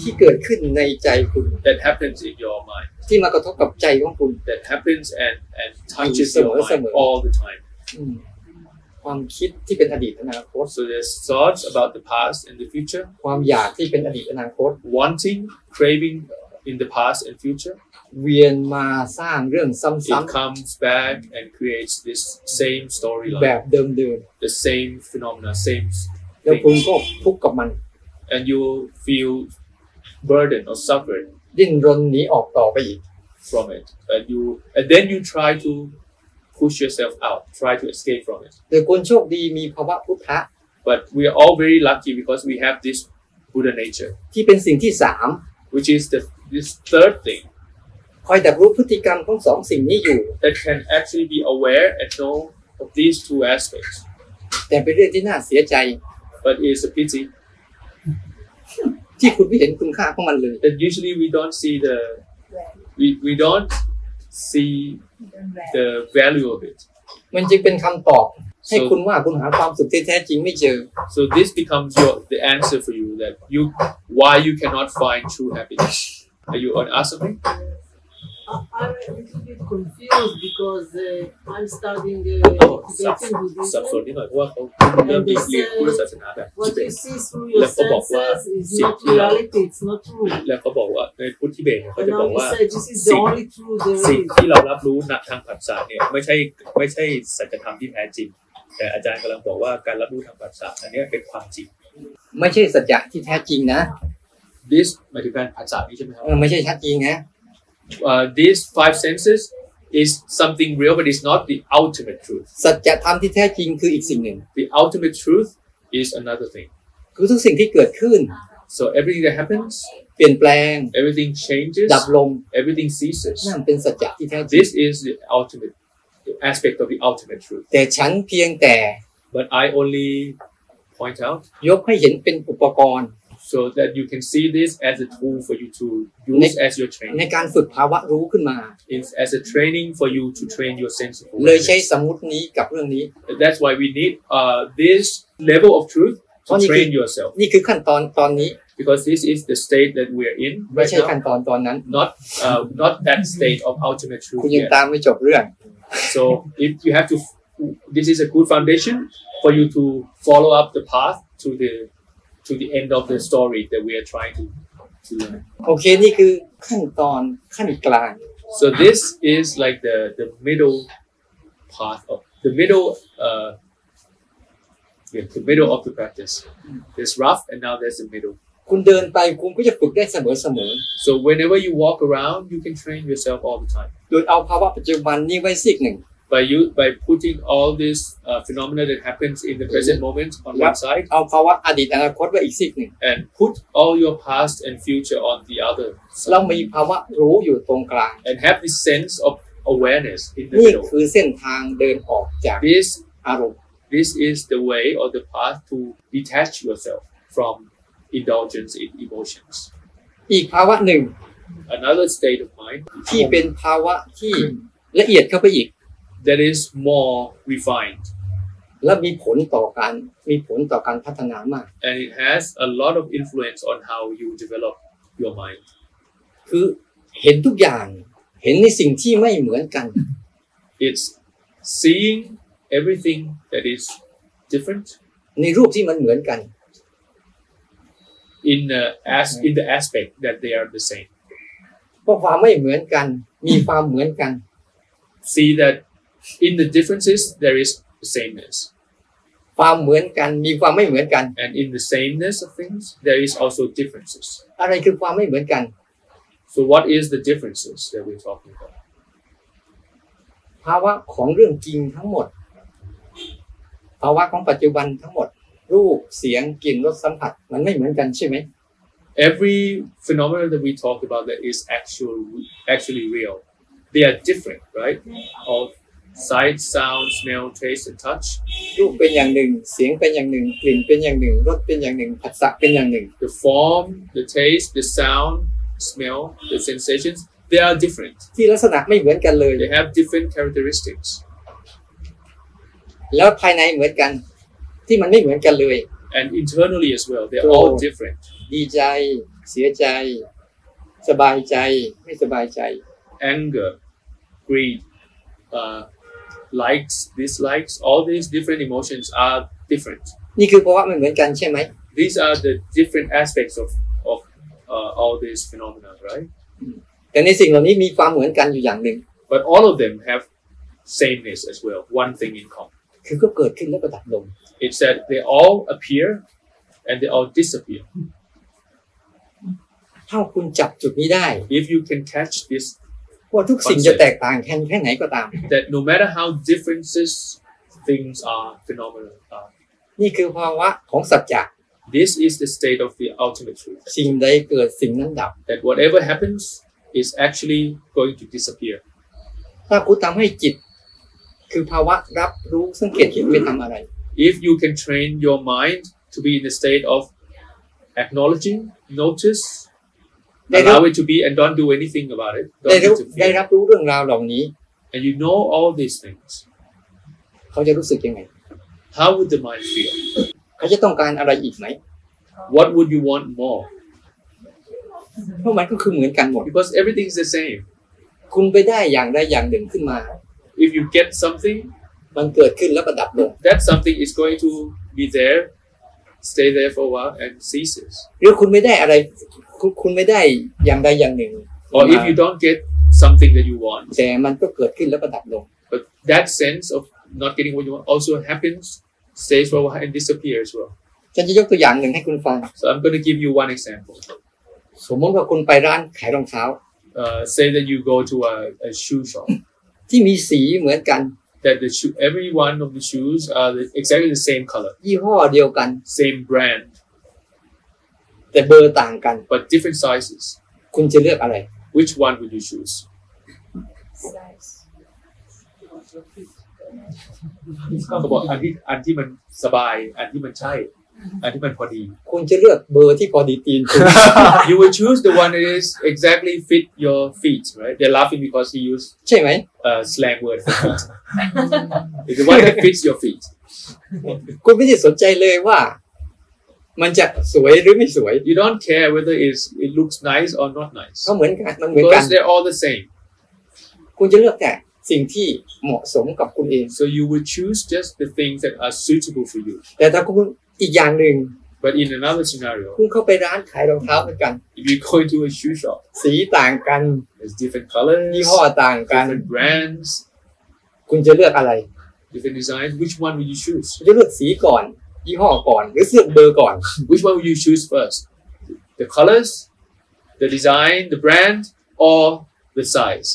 ที่เกิดขึ้นในใจคุณ that happens in your mind ที่มากระทบกับใจของคุณ that happens and, and touches your mind all the time อืมความคิดที่เป็นอดีตอนาคต so there's thoughts about the past and the future ความอยากที่เป็นอดีตอนาคต wanting craving in the past and future เวียนมาสร้างเรื่องซ้ำ it comes back and creates this same ๆแบ storyline บเดิม the same phenomena same ๆ แล้วคุณ thing ก็ทุกข์กับมัน and you feel burdened or suffered ดิ้นรนหนีออกต่อไปอีก from it and you and then you try to push yourself out try to escape from it แต่คุณโชคดีมีภาวะพุทธะ But we are all very lucky because we have this Buddha nature, ที่เป็นสิ่งที่สาม which is the this third thing คอยแต่รู้พฤติกรรมของสองสิ่งนี้อยู่ that can actually be aware and know of these two aspects. แต่เป็นเรื่องที่น่าเสียใจ But it's a pity ที่คุณไม่เห็นคุณค่าของมันเลย that usually we don't see the we, we don't see the value of it. มันจึงเป็นคำตอบ ให้คุ So ณว่าคุณหาความสุขที่แท้จริงไม่เจอ so this becomes your the answer for you that you why you cannot find true happiness. Are you on ask something? I'm a little bit confused because uh, I'm studying Oh, uh, sub- Tibetan Sub Buddhism. สนนิดหน่อยเพราะว่าเขาเพิ่งเริ่มดีกรีพุทธศาสนาแบบ What you see through La your Provence, senses is c'est not clair. reality, it's not true. แล้วเขาบอกว่าในพุทธทิเบตเนี่ยเขา And จะบ now อก you ว่า say this is the si- only truth there สิ่ง is. ที่เรารับรู้ณทางผัสสะเนี่ยไม่ใช่ไม่ใช่สัจธรรมที่แท้จริง แต่อาจารย์กำลังบอกว่าการรับรู้ทางผัสสะอันเนี้ยเป็นความจริง ไม่ใช่สัจจะที่แท้จริงนะ this หมายถึงการผัสสะนี่ใช่ไหมครับ เออไม่ใช่ชัดจริงนะ uh, these five senses is something real but it's not the ultimate truth สัจธรรมที่แท้จริงคืออีกสิ่งหนึ่ง the ultimate truth is another thing คือทุกสิ่งที่เกิดขึ้น so everything that happens เปลี่ยนแปลง everything changes ดับลง everything ceases นั่นเป็นสัจจะที่แท้จริง this is the ultimate aspect of the ultimate truth แต่ฉันเพียงแต่ but I only point out ยกให้เห็นเป็นอุปกรณ์ so that you can see this as a tool for you to use as your ใน training, การฝึกภาวะรู้ขึ้นมา it's as a training for you to train your sense of เลยใช้ awareness. สมมตินี้กับเรื่องนี้ That's why we need uh, this level of truth to Only train if- yourself นี่คือขั้นตอนตอนนี้ because this is the state that we're in ไม่ right ใช่ ขั้ now. นตอนตอนนั้น Not uh, not that state of ultimate คุณ truth ยัง yet. ตามไม่จบเรื่อง So if you have to, this is a good foundation for you to follow up the path to the to the end of the story that we are trying to to learn. โอเคนี่คือขั้นตอนขั้นกลาง So this is like the the middle path of the middle uh yeah, the middle of the practice. There's rough and now there's the middle. คุณเดินไปคุณก็จะฝึกได้เสมอเสมอ So whenever you walk around, you can train yourself all the time โดยเอาภาวะปัจจุบันนี้ไว้สิกหนึ่ง by you by putting all this uh, phenomena that happens in the present moment on one side เอาภาวะอดีตอนาคตไว้อีกสิกหนึ่ง and put all your past and future on the other เรา side มีภาวะรู้อยู่ตรงกลาง and have this sense of awareness in the นี่ middle. คือเส้นทางเดินออกจาก This อารมณ์ this is the way or the path to detach yourself from indulgence in emotions. อีกภาวะหนึ่ง Another state of mind ที่เป็นภาวะที่ละเอียดเข้าไปอีก that is more refined และมีผลต่อการมีผลต่อการพัฒนามาก and it has a lot of influence on how you develop your mind. คือเห็นทุกอย่าง เห็นในสิ่งที่ไม่เหมือนกัน It's seeing everything that is different ในรูปที่มันเหมือนกัน in the as in the aspect that they are the same. เพราะความไม่เหมือนกัน มีความเหมือนกัน See that in the differences there is sameness, ความเหมือนกัน มีความไม่เหมือนกัน and in the sameness of things there is also differences. อะไรคือความไม่เหมือนกัน So what is the differences that we're talking about? ภาวะของเรื่องจริงทั้งหมด ภาวะของปัจจุบันทั้งหมด รูปเสียงกลิ่นรสสัมผัส มันไม่เหมือนกันใช่ไหม every phenomenon that we talk about that is actual actually real they are different right of sight sound smell taste and touch รูปเป็นอย่างหนึ่ง เสียงเป็นอย่างหนึ่ง กลิ่นเป็นอย่างหนึ่งรสเป็นอย่างหนึ่งผัสสะเป็นอย่างหนึ่ง the form the taste the sound smell the sensations they are different ที่ลักษณะไม่เหมือนกันเลย they have different characteristics แล้วภายในเหมือนกัน ที่มันไม่เหมือนกันเลย and internally as well they're all So- different ดีใจ เสียใจ สบายใจ ไม่สบายใจ anger greed uh, likes dislikes all these different emotions are different นี่คือภาวะไม่เหมือนกันใช่ไหม these are the different aspects of of uh, all these phenomena, right? แต่ในสิ่งเหล่านี้มีความเหมือนกันอยู่อย่างหนึ่ง But all of them have sameness as well. One thing in common. คือก็เกิดขึ้นแล้วก็ดับลง It's that they all appear and they all disappear. ถ้าคุณจับจุดนี้ได้ If you can catch this, ว่าทุกสิ่งจะแตกต่างแค่แค่ไหนก็ตาม that no matter how differences things are, phenomena are, นี่คือภาวะของสัจจะ this is the state of the ultimate truth. สิ่งใดเกิดสิ่งนั้นดับ That whatever happens is actually going to disappear. ถ้าคุณทำให้จิต คือภาวะรับรู้สังเกตเห็นไปทำอะไร If you can train your mind to be in the state of acknowledging, notice, ได้รับ allow it to be and don't do anything about it. ได้ Don't รู้ interfere. ได้รับรู้เรื่องราวเหล่านี้ And you know all these things. เขาจะรู้สึกยังไง How would the mind feel? เขาจะต้องการอะไรอีกไหม What would you want more? เพราะมันก็คือเหมือนกันหมด Because everything is the same. คุณไปได้อย่างใดอย่างหนึ่งขึ้นมา If you get something, มันเกิดขึ้นแล้วก็ดับลง that something is going to be there, stay there for a while and ceases. หรือคุณไม่ได้อะไร คุณคุณไม่ได้อย่างใดอย่างหนึ่ง Or if you don't get something that you want, แต่มันก็เกิดขึ้นแล้วก็ดับลง but that sense of not getting what you want also happens, stays for a while and disappears as well. ฉันจะยกตัวอย่างหนึ่งให้คุณฟัง So I'm going to give you one example. สมมติว่าคุณไปร้านขายรองเท้า Uh, say that you go to a, a shoe shop. ที่มีสีเหมือนกัน that the shoe, every one of the shoes are the, exactly the same color, ยี่ห้อเดียวกัน same brand, แต่เบอร์ต่างกัน but different sizes. คุณจะเลือกอะไร Which one would you choose? Size. Come on, อันที่-อันที่มันสบายอันที่มันใช่อันที่มันพอดี คุณจะเลือกเบอร์ที่พอดีตีน คุณ You will choose the one that is exactly fit your feet, right? They're laughing because he used ใช่ไหม a uh, slang word for feet. It's the one that fits your feet. คุณไม่ได้สนใจเลยว่า มันจะสวยหรือไม่สวย You don't care whether it's, it looks nice or not nice ก็เหมือนกันมันเหมือนกัน because they're all the same. คุณจะเลือกแต่สิ่งที่เหมาะสมกับคุณเอง So you will choose just the things that are suitable for you. แต่ถ้าคุณอีกอย่างหนึ่ง But in another scenario, คุณเข้าไปร้านขายรองเท้าเหมือนกัน if you go into a shoe shop, สีต่างกัน there's different colors, ยี่ห้อต่างกัน different brands, คุณจะเลือกอะไร different designs. Which one will you คุ choose? ณจะเลือกสีก่อน ยี่ห้อก่อน หรือเสื้อเบอร์ก่อน Which one will you choose first? The colors, the design, the brand, or the size?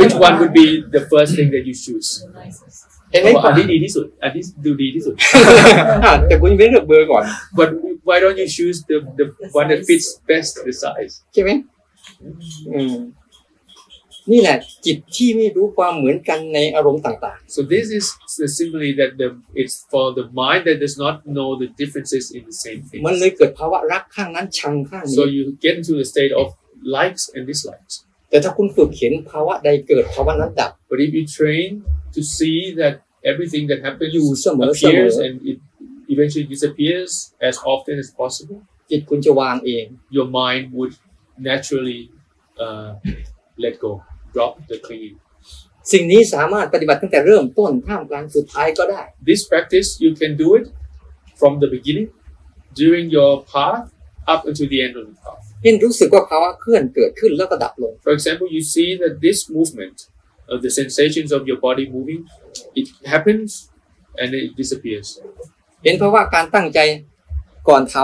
Which one would be the first thing that you choose? เห็นไหม Oh, อันนี้ดีที่สุดอันนี้ดูดีที่สุด อ่ะแต่คุณยังไม่เลือกเบอร์ก่อน But why don't you choose the, the one that fits best the size? ใช่ไหมอืมนี่แหละ จิตที่ไม่รู้ความเหมือนกันในอารมณ์ต่าง So this is the simile that the it's for the mind that does not know the differences in the same ๆ thing. มันเลยเกิดภาวะรักข้างนั้นชังข้าง So นี้ you get into the state of likes and dislikes. แต่ถ้าคุณฝึกเห็นภาวะใดเกิดภาวะนั้นดับ But if you train to see that everything that happens You summer, appears summer. and it eventually disappears as often as possible, จิตคุณจะวางเอง your mind would naturally uh, let go, drop the clinging. สิ่งนี้สามารถปฏิบัติตั้งแต่เริ่มต้นท่ามกลางสุดท้ายก็ได้ This practice, you can do it from the beginning, during your path, up until the end of the path. เห็นรู้สึกว่าภาวะเคลื่อนเกิดขึ้นแล้วก็ดับลง For example, you see that this movement of the sensations of your body moving, it happens and it disappears. เห็นภาวะการตั้งใจก่อนท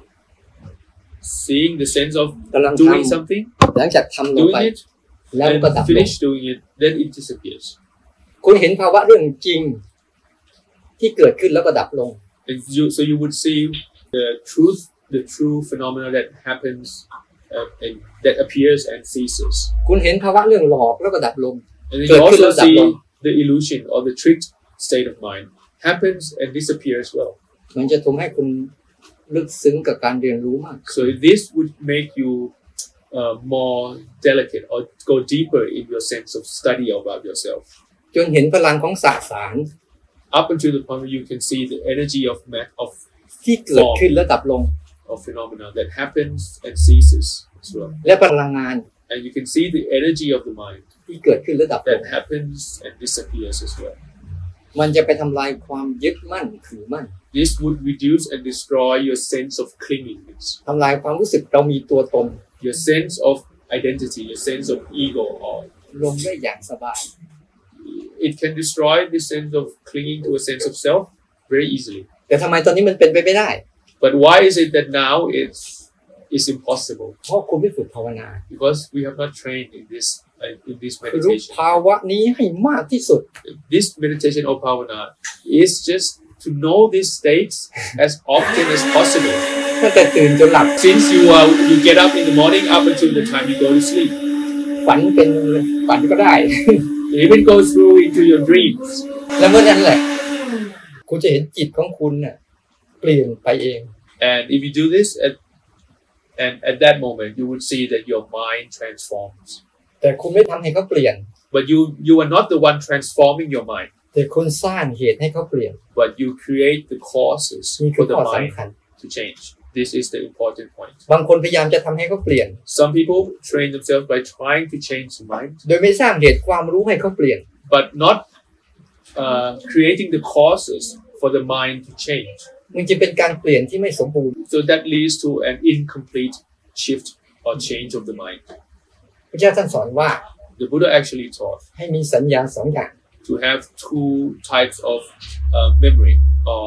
ำ Seeing the sense of กำลัง doing ท something ำหลังจากทำลง doing ไป it แล้วก็ดับ and ลง finish doing it, then it disappears. คุณเห็นภาวะเรื่องจริง ที่เกิดขึ้นแล้วก็ดับลง And you, so you would see the truth, the true phenomena that happens uh, and that appears and ceases. คุณเห็นภาวะเรื่องหลอกแล้วก็ดับลง And then Good, you also good, that see one. the illusion or the tricked state of mind happens and disappears well. มันจะทำให้คุณลึกซึ้งกับการเรียนรู้มาก So this would make you uh, more delicate or go deeper in your sense of study about yourself. จนเห็นพลังของสสาร Up until the point where you can see the energy of ma- of ที่เกิดขึ้นแล้วดับลง of phenomena that happens and ceases as well. และพลังงาน and you can see the energy of the mind ที่เกิดขึ้นแล้วดับลง that happens and disappears as well. มันจะไปทำลายความยึดมั่นถือมั่น This would reduce and destroy your sense of clingingness, ทำลายความรู้สึกเรามีตัวตน your sense of identity, your sense of ego. Or ลงได้อย่างสบาย it can destroy this sense of clinging to a sense of self very easily. แต่ทำไมตอนนี้มันเป็นไปไม่ได้ But why is it that now it's it's impossible? เพราะคุณไม่ฝึกภาวนา Because we have not trained in this uh, in this รู้ meditation. ภาวะนี้ให้มากที่สุด This meditation or bhavana is just to know these states as often as possible. ตั้งแต่ตื่นจนหลับ since you uh, you get up in the morning up until the time you go to sleep. ฝันเป็นฝันก็ได้ It even goes through into your dreams. แล้วเมื่อนั้นแหละ คุณจะเห็นจิตของคุณน่ะเปลี่ยนไปเอง And if you do this at and at that moment you would see that your mind transforms. แต่คุณไม่ทำให้เขาเปลี่ยน But you you are not the one transforming your mind, แต่คุณสร้างเหตุให้เขาเปลี่ยน but you create the causes นี่คื for อ the ข้อ mind สำคัญ to change. This is the important point. บางคนพยายามจะทำให้เขาเปลี่ยน Some people train themselves by trying to change the mind, โดยไม่สร้างเหตุความรู้ให้เขาเปลี่ยน but not uh, creating the causes for the mind to change. มันจะเป็นการเปลี่ยนที่ไม่สมบูรณ์ So that leads to an incomplete shift or change of the mind. พระเจ้าท่านสอนว่า The Buddha actually taught ให้มีสัญญาสองอย่าง to have two types of uh, memory or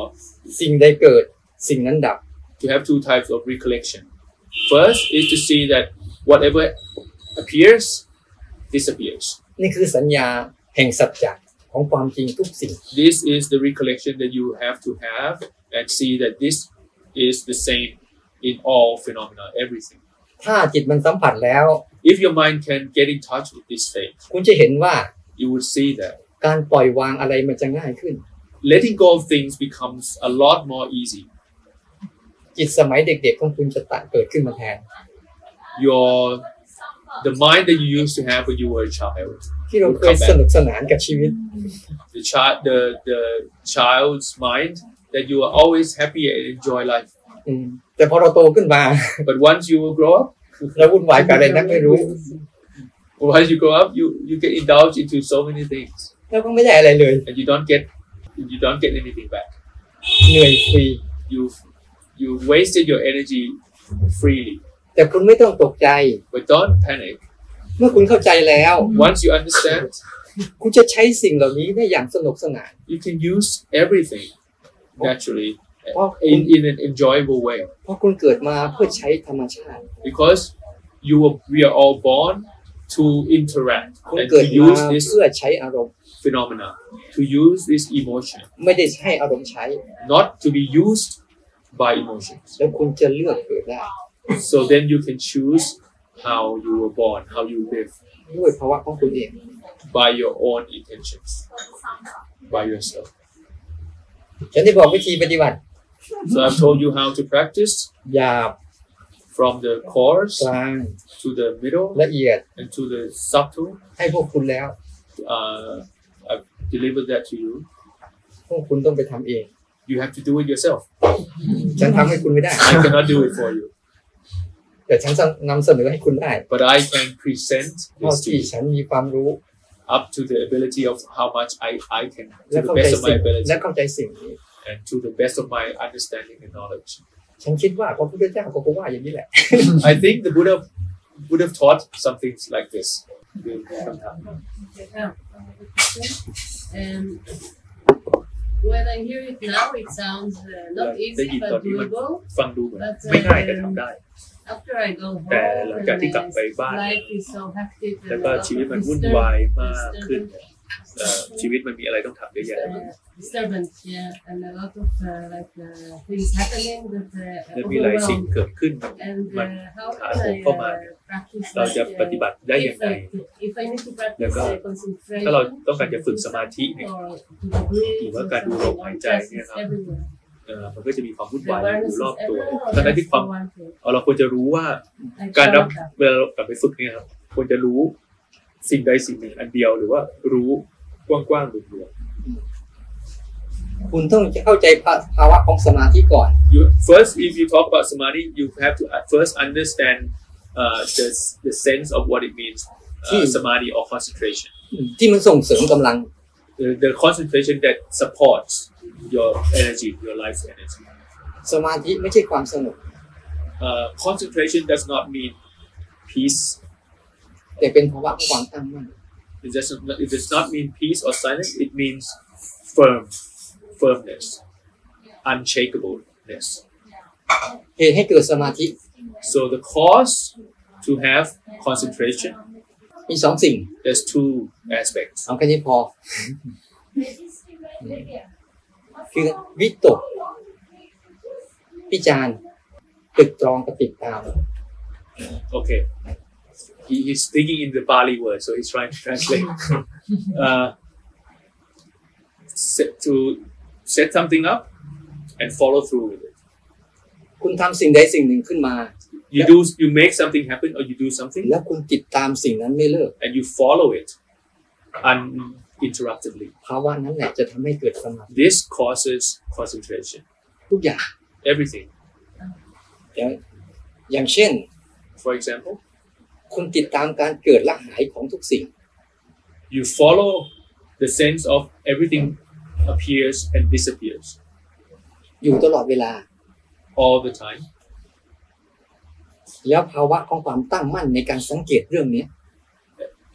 สิ่งใดเกิด สิ่งนั้นดับ to have two types of recollection. First is to see that whatever appears disappears. นี่คือสัญญาแห่งสัจจะของความจริงทุกสิ่ง This is the recollection that you have to have and see that this is the same in all phenomena, everything. ถ้าจิตมันสัมผัสแล้ว If your mind can get in touch with this state, คุณจะเห็นว่า you would see that การปล่อยวางอะไรมันจะง่ายขึ้น letting go of things becomes a lot more easy. จิตสมัยเด็ก ๆ ของคุณจะตัดเกิดขึ้นมาแทน your the mind that you used to have when you were a child ที่เราเคยสนุกสนานกับชีวิต the child the the child's mind that you are always happy and enjoy life อืมแต่พอเราโตขึ้นมา but once you will grow up เราวุ่นวายกับอะไรนักไม่รู้ once you grow up you you get indulged into so many things แล้วก็ไม่ได้อะไรเลย and you don't get you don't get anything back เหนื่อยฟรี you've you've wasted your energy freely แต่คุณไม่ต้องตกใจ but don't panic เมื่อคุณเข้าใจแล้ว once you understand คุณจะใช้สิ่งเหล่านี้ได้อย่างสนุกสนาน you can use everything naturally เพราะคุณ in, in an enjoyable way เพราะคุณเกิดมาเพื่อใช้ธรรมชาติ because you were, we are all born to interact คุณ and เกิ to ดมา use this เพื่อใช้อารมณ์ phenomena, to use this emotion, ไม่ได้ให้อารมณ์ใช้ not to be used by emotions. แล้วคุณจะเลือกเกิดได้ So then you can choose how you were born, how you live, ด้วยภาวะของคุณเอง by your own intentions, by yourself. ฉันได้บอกวิธีปฏิบัติ So I've told you how to practice หยาบ from the coarse กลาง to the middle ละเอียด and to the subtle. ให้พวกคุณแล้ว Uh, I've delivered that to you. พวกคุณต้องไปทำเอง You have to do it yourself. ฉันทำให้คุณไม่ได้ I cannot do it for you, แต่ฉันนำเสนอให้คุณได้ but I can present เท่า this to ที่ you ฉันมีความรู้ up to the ability of how much I, I can, และ to the เข้าใจ best of my สิ่ง ability และเข้าใจสิ่งนี้ and to the best of my understanding and knowledge. ฉันคิดว่าพระพุทธเจ้าก็คงว่าอย่างนี้แหละ I think the Buddha would have taught some things like this. Yeah. Um, when I hear it now, it sounds uh, not Yeah, easy they but thought you were- doable. ฟังดูเหมือน But ไม่ง่ายแต่ทำ um, ได้ after I go home, แต่หลังจากที่ and, กลับ uh, ไปบ้าน life is so hectic แล้ว and ก็ a lot ชีวิต of มันวุ่น disturb- วายมากขึ้นเอ่อชีวิตมันมีอะไรต้องทำเยอะแยะ disturbance, disturbance, yeah, and a lot of uh, like uh, things happening that uh, แล้วมีหลายสิ่ง overwhelm. เกิดขึ้น And But uh, how I can I hope uh, I- practice เรา like, จะป uh, ฏิบัติได้อย่าง if ไร I, if I need to practice แล้วก็ uh, concentration ถ้าเราต้องการจะฝึกสมาธิเนี่ย or to breathe หรือว่า or การดูลม something, หาย or ใจเนี่ย presence ครับ everywhere. เอ่อมันก็จะมีความวุ่นวายอ Awareness ยู่ is รอบตัว everywhere or ทั้งนั้น just ที่ความ for one thing? เราควรจะรู้ว่า Like การรับ shamatha. เวลาเรากลับไปฝึกเนี่ยครับควรจะรู้สิ่งใดสิ่งหนึ่งอันเดียวหรือว่ารู้กว้างๆรวม คุณต้องเข้าใจภาวะของสมาธิก่อน ๆ you first if you talk about samadhi you have to first understand uh, the the sense of what it means uh, ที่ samadhi or concentration ที่มันส่งเสริมกำลัง the, the concentration that supports your energy your life's energy สมาธิไม่ใช่ความสนุก uh, concentration does not mean peace แต่เป็นภาวะของความตั้งมั่น it does not it does not mean peace or silence it means firm firmness unshakableness เหตุให้เกิดสมาธิ So the cause to have concentration, มีสองสิ่ง there's two aspects. เอาแค่นี้พอ คือวิตกวิจารณ์ตรึกตรองกระติดตาม Okay. He, he's thinking in the Bali word, so he's trying to translate. uh, set, to set something up and follow through with it. คุณทำสิ่งใดสิ่งหนึ่งขึ้นมา You do, you make something happen or you do something แล้วคุณติดตามสิ่งนั้นไม่เลิก and you follow it uninterruptedly. ภาวะนั้นแหละจะทำให้เกิดสมาธิ This causes concentration. ทุกอย่าง Everything. อย่างอย่างเช่น For example, คุณติดตามการเกิดและหายของทุกสิ่ง you follow the sense of everything appears and disappears อยู่ตลอดเวลา all the time แล้วภาวะของความตั้งมั่นในการสังเกตเรื่องเนี้ย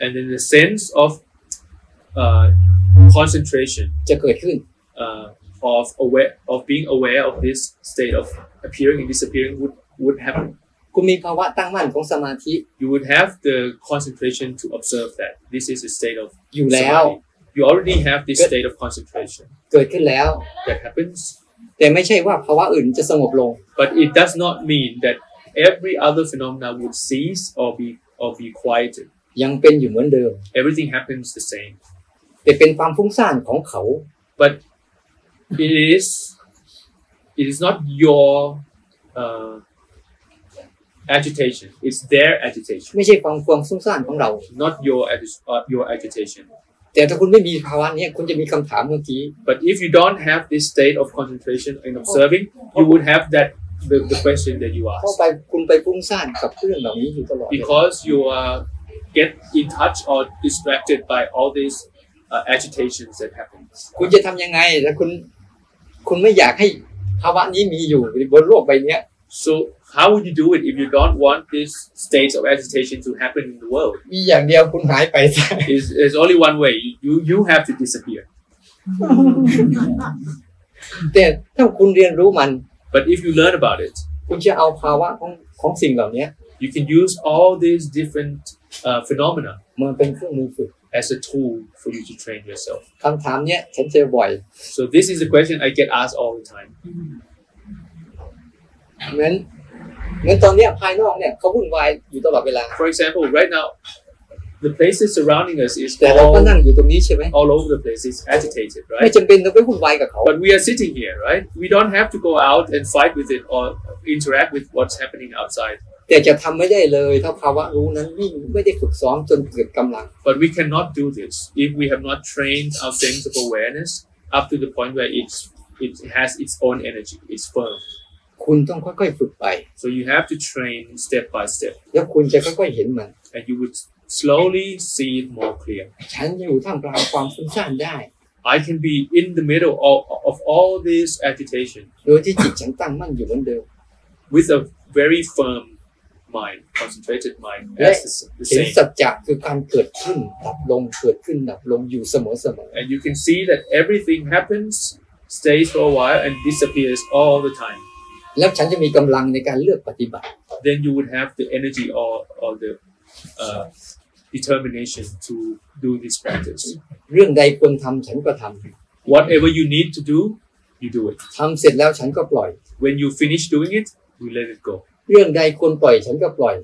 and then the sense of uh, concentration จะเกิดขึ้น uh, of aware of being aware of this state of appearing and disappearing would would happen คุณมีภาวะตั้งมั่นของสมาธิ you would have the concentration to observe that this is a state of อยู่แล้ว samadhi. you already have this state of concentration เกิดขึ้นแล้ว that happens แต่ไม่ใช่ว่าภาวะอื่นจะสงบลง but it does not mean that every other phenomena would cease or be or be quieted ยังเป็นอยู่เหมือนเดิม everything happens the same แต่เป็นความฟุ้งซ่านของเขา but it is it is not your uh, agitation it's their agitation ไม่ใช่ความความฟุ้งซ่านของเรา not your agi- uh, your agitation แต่ถ้าคุณไม่มีภาวะเนี้ยคุณจะมีคำถามเมื่อกี้ but if you don't have this state of concentration in observing you would have that the, the question that you เพราะ asked ไปคุณไปฟุ้งซ่านกับเรื่องเหล่านี้อยู่ตลอดเวลา because you are get in touch or distracted by all these uh, agitations that happens คุณจะทำยังไงถ้าคุณ คุณไม่อยากให้ภาวะนี้มีอยู่บนโลกใบเนี้ย so how would you do it if you don't want these states of agitation to happen in the world มีอย่างเดียวคุณหายไปซะ is there's only one way. You, you you have to disappear. แต่ถ้าคุณเรียนรู้มัน But if you learn about it, คุณจะเอาภาวะของของสิ่งเหล่านี้ you can use all these different uh, phenomena มันเป็นเครื่องมือฝึก as a tool for you to train yourself. คำถามเนี้ยฉันเจอบ่อย So this is a question I get asked all the time. เหมือนเหมือนตอนเนี้ยภายนอกเนี่ยเขาวุ่นวายอยู่ตลอดเวลา For example, right now, the places surrounding us is แต่เราก็นั่ง all, อยู่ตรงนี้ใช่ไหม all over the place. It's agitated, ไม่ right? จำเป็นต้องไปหุ่นวายกับเขา But we are sitting here, right? We don't have to go out and fight with it or interact with what's happening outside. แต่จะทำไม่ได้เลยถ้าภาวะรู้นั้นไม่ไม่ได้ฝึกซ้อมจนเกิดกำลัง But we cannot do this if we have not trained our sense of awareness up to the point where it's it has its own energy, it's firm. คุณต้องค่อยๆฝึกไป So you have to train step by step, แล้วคุณจะค่อยๆเห็นมัน and you would slowly see it more clear. ฉันอยู่ท่ามกลางความฟุ้งซ่านได้ I can be in the middle of, of all this agitation โดยที่จิตฉันตั้งมั่นอยู่เหมือนเดิม with a very firm mind, concentrated mind, Yeah. as the, s- the เห็น same. สัจจะคือการเกิดขึ้นดับลงเกิดขึ้นดับลงอยู่เสมอเสมอ And you can see that everything happens, stays for a while, and disappears all the time. แล้วฉันจะมีกำลังในการเลือกปฏิบัติ Then you would have the energy or, or the uh, determination to do this practice. เรื่องใดควรทำฉันก็ทำ Whatever you need to do, you do it. ทำเสร็จแล้วฉันก็ปล่อย When you finish doing it, you let it go. เรื่องใดควรปล่อยฉันก็ปล่อย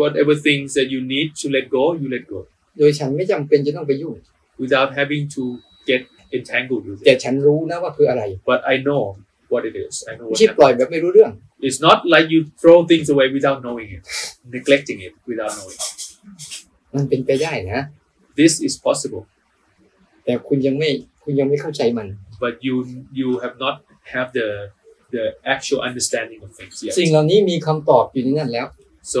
Whatever things that you need to let go, you let go. โดยฉันไม่จำเป็นจะต้องไปยุ่ง without having to get entangled with แต่ it. ฉันรู้นะว่าคืออะไร But I know what it is. I know ไม่ what ใช่ป happened. ล่อยแบบไม่รู้เรื่อง It's not like you throw things away without knowing it, neglecting it without knowing. มันเป็นไปได้นะ This is possible, แต่คุณยังไม่คุณยังไม่เข้าใจมัน but you you have not have the the actual understanding of things yet. สิ่งเหล่านี้มีคำตอบอยู่ในนั้นแล้ว So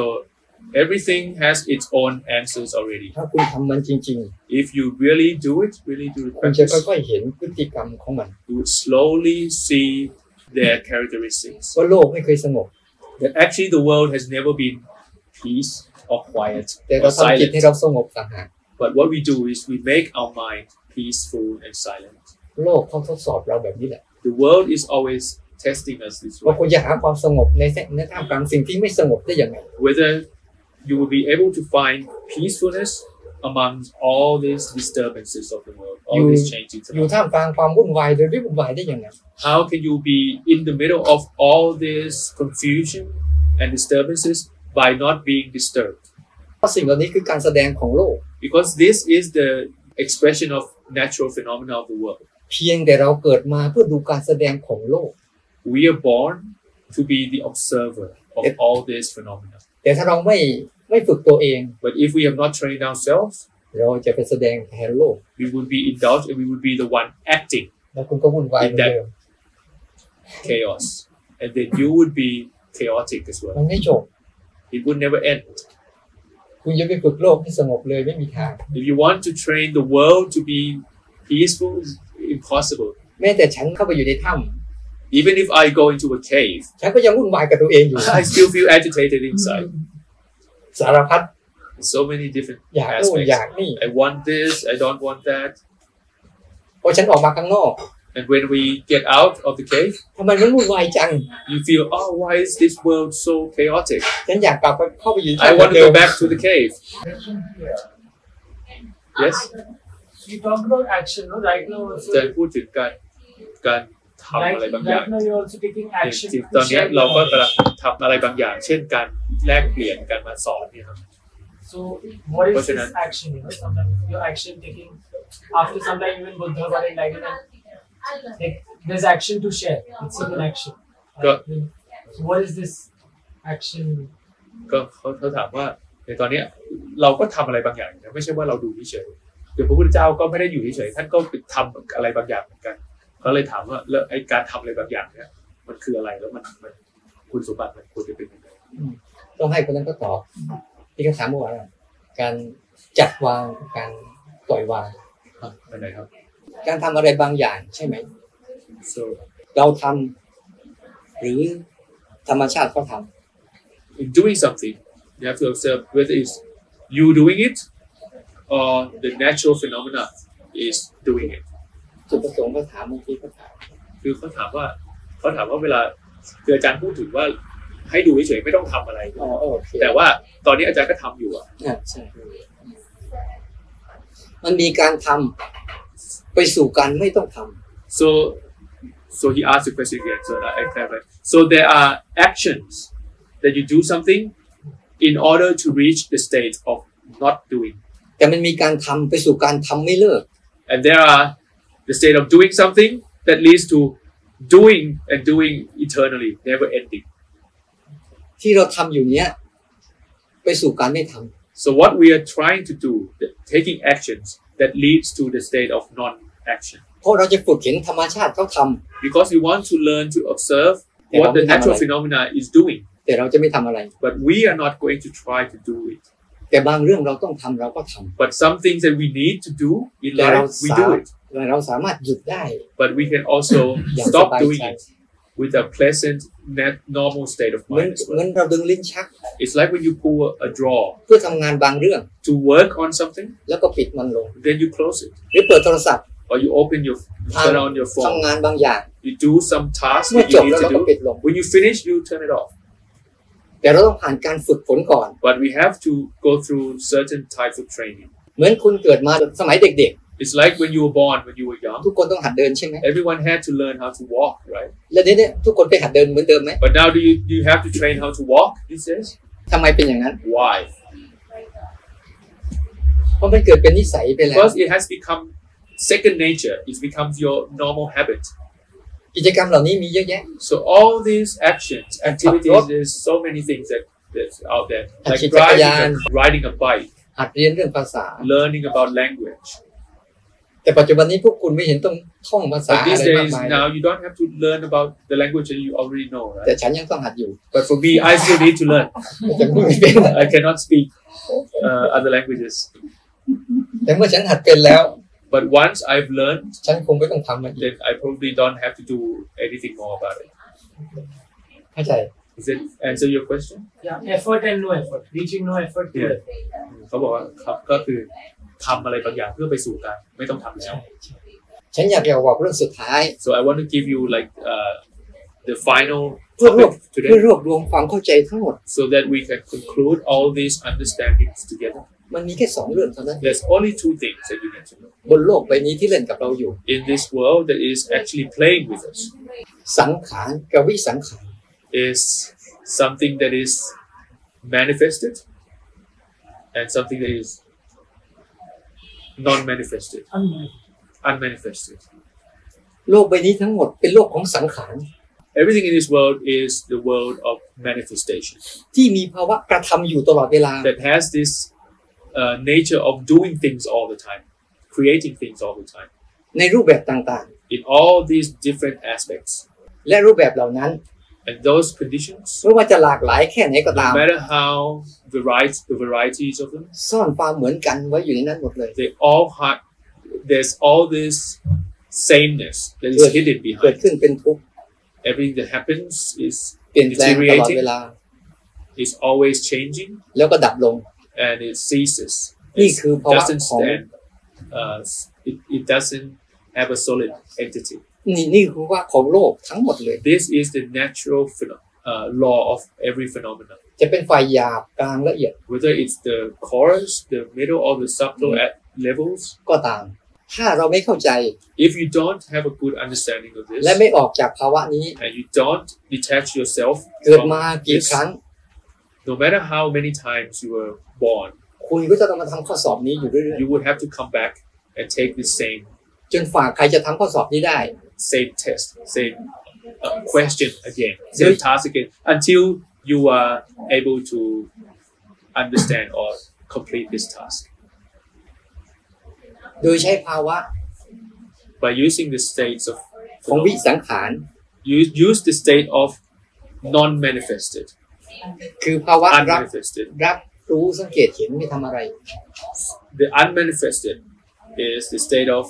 everything has its own answers already. ถ้าคุณทำมันจริง If you really do it, really do ๆ the คุณจะ practice, ค่อยๆเห็นพฤติกรรมของมัน you would slowly see their characteristics. ว่าโลกไม่เคยสงบ That actually the world has never been peace or quiet แต่ or เราทำจิต silent. ให้เราสงบต่างหาก But what we do is we make our mind peaceful and silent. โลกเขาทดสอบเราแบบนี้แหละ The world is always testing us this ว่า way. คุณจะหาความสงบในเส้นในท่ามกลางสิ่งที่ไม่สงบได้ยังไง Whether you will be able to find peacefulness among all these disturbances of the world, all You- these changes. อยู่ท่ามกลางความวุ่นวายโดยไม่วุ่นวายได้ยังไง How can you be in the middle of all this confusion and disturbances by not being disturbed? เพราะสิ่งเหล่านี้คือการแสดงของโลก Because this is the expression of natural phenomena of the world. เพียงแต่เราเกิดมาเพื่อดูการแสดงของโลก We are born to be the observer of It- all these phenomena. แต่ถ้าเราไม่ไม่ฝึกตัวเอง But if we have not trained ourselves, เราจะไปแสดงแทนโลก we would be in doubt and we would be the one acting แล้วคุณก็วุ่นวายเหมือนเดิม chaos. And then you would be chaotic as มั well. นไม่จบ It would never end. คุณจะไปฝึกโลกให้สงบเลยไม่มีทาง If you want to train the world to be peaceful, it's impossible. แม้แต่ฉันเข้าไปอยู่ในถ้ Even if I go into a cave, ำฉันก็ยังวุ่นวายกับตัวเองอยู่ I still feel agitated inside. สารพัด So many different อยากโน่น aspects. อยากนี่ I want this, I don't want that. พอฉันออกมาข้างนอก And when we get out of the cave, ทำไมมันวุ่นวายจัง you feel, oh, why is this world so chaotic? ฉันอยากกลับไปเข้าไปอยู่ใน I ถ้ำเหมือ want น to เดิม go back to the cave. Question here. Yes? You talk about action, no? Right now also. จะพูดถึงการการทำ right, อะไรบางอย่าง right now you're also taking จ action. ริง to ๆตอนเนี้ย share เราก็ knowledge. กำลังทำอะไรบางอย่าง เช่นการแลกเปลี่ยนการมาสอนเนี่ยครับ So what is Question this action? You know, sometimes your action taking after some time even Buddha got enlightenment. Like there's action to share. It's even action. Uh, Got- So what is this action? ก็เขาเขาถามว่าในตอนเนี้ยเราก็ทำอะไรบางอย่างนะไม่ใช่ว่าเราดูเฉยๆเดี๋ยวพระพุทธเจ้าก็ไม่ได้อยู่เฉยๆท่านก็ทำอะไรบางอย่างเหมือนกันเขาเลยถามว่าแล้วไอ้การทำอะไรบางอย่างเนี่ยมันคืออะไรแล้วมันมันคุณสมบัติมันควรจะเป็นยังไง ต้องให้คนนั้นก็ตอบที่คำถามเมื่อวานอะการจัดวางการปล่อยวาง ไปไหนครับ การทำอะไรบางอย่างใช่ไหม so เราทำหรือธรรมชาติเขาท in doing something, you have to observe whether it's you doing it or the natural phenomena is doing it. ำจุดประสงค์เขาถามเมื่อกี้เขาถาม คือเขาถามว่าเขาถามว่าเวลาคืออาจารย์พูดถึงว่าให้ดูเฉยๆไม่ต้องทำอะไร อ๋อโอเค แต่ว่าตอนนี้อาจารย์ก็ทำอยู่อะ อ่ะใช่มันมีการทำไปสู่การไม่ต้องทำ so so he asked the question again so that I clarify so there are actions that you do something in order to reach the state of not doing แต่มันมีการทำไปสู่การทำไม่เลิก And there are the state of doing something that leads to doing and doing eternally, never ending. ที่เราทำอยู่เนี้ยไปสู่การไม่ทำ So what we are trying to do, the, taking actions that leads to the state of non-action. เพราะเราจะฝึกเห็นธรรมชาติเขาทำ Because we want to learn to observe Yeah, what the we have natural like- phenomena is doing, แต่เราจะไม่ทำอะไร but we are not going to try to do it. แต่บางเรื่องเราต้องทำเราก็ทำ But some things that we need to do in Yeah, life, we do outside. it. แต่เราสามารถหยุดได้ But we can also อย่างส stop บาย doing ใจ it with a pleasant, net, normal state of เหมือน mind as เหมือ well. นเราดึงลิ้นชัก It's like when you pull a drawer เพื่อทำงานบางเรื่อง to work on something, แล้วก็ปิดมันลง then you close it. หรือเปิดโทรศัพท์ or you open your you Ah. turn on your ทำ phone งานบางอย่าง you do some tasks เมื่อ that จ you บ need แล้วเรา to ก็ do ปิดลง when you finish you turn it off แต่เราต้องผ่านการฝึกฝนก่อน but we have to go through certain types of training เหมือนคุณเกิดมาสมัยเด็ก it's like when you were born when you were ๆ young ทุกคนต้องหัดเดินใช่ไหม everyone had to learn how to walk right แล้วเดี๋ยวนี้ทุกคนไปหัดเดินเหมือนเดิมไหม but now do you do you have to train how to walk he says ทำไมเป็นอย่างนั้น why เพราะมันเกิดเป็นนิสัยไปแล้ว because it has become second nature it becomes your normal habit กิจกรรมเหล่านี้มีเยอะแยะ so all these actions activities there's so many things that that's out there like Actually, driving Jakarta. a- riding a bike หัดเรียนเรื่องภาษา learning about language แต่ปัจจุบันนี้พวกคุณไม่เห็นต้องท่องภาษา But อะ these ไรมาก days มาย now you don't Ah, have to learn about the language that you already know, แต่ right? ฉันยังต้องหัดอยู่ But for me, I still need to learn. แต่พูดไม่เป็น I cannot speak uh, other languages. แต่เมื่อฉันหัดเป็นแล้ว But once I've learned, ฉันคงไม่ต้องทำมันอีก then I probably don't have to do anything more about it. เข้าใจ Does that answer your question? Yeah, effort and no effort. Reaching no effort to Yeah. effort. เขาบอกว่าครับก็คือทำอะไรบางอย่างเพื่อไปสู่การไม่ต้องทำแล้ว ฉันอยากจะบอกเรื่องสุดท้าย So I want to give you like uh, the final เพื่อรวบ topic เพื่อ today รวบรวมความเข้าใจทั้งหมด so that we can conclude all these understandings together. มันมีแค่สองเรื่องเท่านั้น There's only two things that you need to know บนโลกใบนี้ที่เล่นกับเราอยู่ in this world that is actually playing with us. สังขารกับวิสังขาร is something that is manifested and something that is non-manifested, Unlike unmanifested. โลกใบนี้ทั้งหมดเป็นโลกของสังขาร Everything in this world is the world of manifestation ที่มีภาวะกระทำอยู่ตลอดเวลา that has this uh, nature of doing things all the time, creating things all the time ในรูปแบบต่าง in all these different aspects. ๆ และรูปแบบเหล่านั้น And those conditions, ไม่ว่าจะหลากหลายแค่ไหนก็ตา no ม matter how variety, the varieties of them, ซ่อนความเหมือนกันไว้อยู่ในนั้นหมดเลย they all have, there's all this sameness that is hidden เกิด behind. ขึ้นเป็นทุกข์ everything that happens is เปลี่ยนแปลงตลอดเวลา is always changing แล้วก็ดับลง and it ceases. นี่ It คือภาวะ doesn't ของ stand. Uh, it, it doesn't have a solid entity. นี่นี่คือว่าของโลกทั้งหมดเลย This is the natural pheno- uh, law of every phenomenon. จะเป็นฝ่ายหยาบกลางละเอียด Whether it's the chorus, the middle, or the subtle at levels, ก็ตาม ถ้าเราไม่เข้าใจ if you don't have a good understanding of และ this ไม่ออกจากภาวะนี้ and you don't detach yourself เกิดมา from กี่ this, ครั้ง no matter how many times you were born, คุณก็จะต้องมาทำข้อสอบนี้อยู่เรื่อย you would have to come back and take the same ๆ จนฝ่าใครจะทำข้อสอบนี้ได้ same test, same uh, question again, same task again, until you are able to understand or complete this task. โดยใช้ภาวะ By using the states of ของวิ phenomena, สังขาร you use the state of non-manifested, คือภาวะรับ unmanifested. รับรู้สังเกตเห็นไม่ทำอะไร The unmanifested is the state of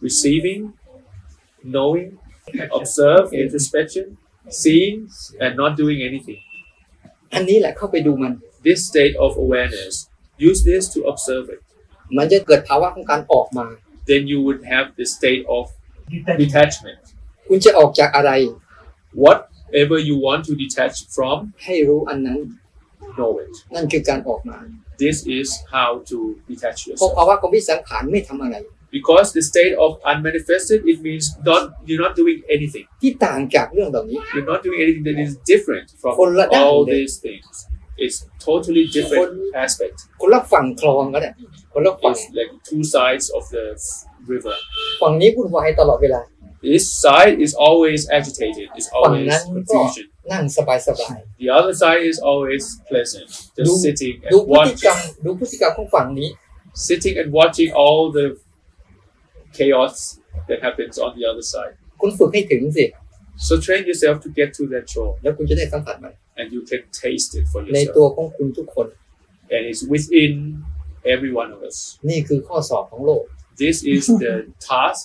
receiving, knowing, observe, introspection, seeing, and not doing anything. อันนี้แหละเข้าไปดูมัน This state of awareness, use this to observe it. มันจะเกิดภาวะของการออกมา then you would have the state of detachment. detachment. คุณจะออกจากอะไร Whatever you want to detach from, ให้รู้อันนั้น know it. นั่นคือการออกมา This is how to detach เพราะ yourself. ภาวะของวิสังขารไม่ทำอะไร Because the state of unmanifested, it means not you're not doing anything. ที่ต่างจากเรื่องเหล่านี้ You're not doing anything that is different from Full lockdown. all these things. It's totally different aspect. คนละฝั่งคลองก็ได้ คนละฝั่ง is like two sides of the river. ฝั่งนี้วุ่นวายตลอดเวลา This side is always agitated, it's always Pangan ko. confusion. นั่งสบายสบาย The other side is always pleasant, Du- just sitting ดู and พฤติกรรม watching, ดูพฤติกรรมของฝั่งนี้ sitting and watching all the chaos that happens on the other side. คุณฝึกให้ถึงสิ So train yourself to get to that shore, แล้วคุณจะได้สัมผัสมัน and you can taste it for ในตัว yourself. ของคุณทุกคน And it's within every one of us. นี่คือข้อสอบของโลก This is the task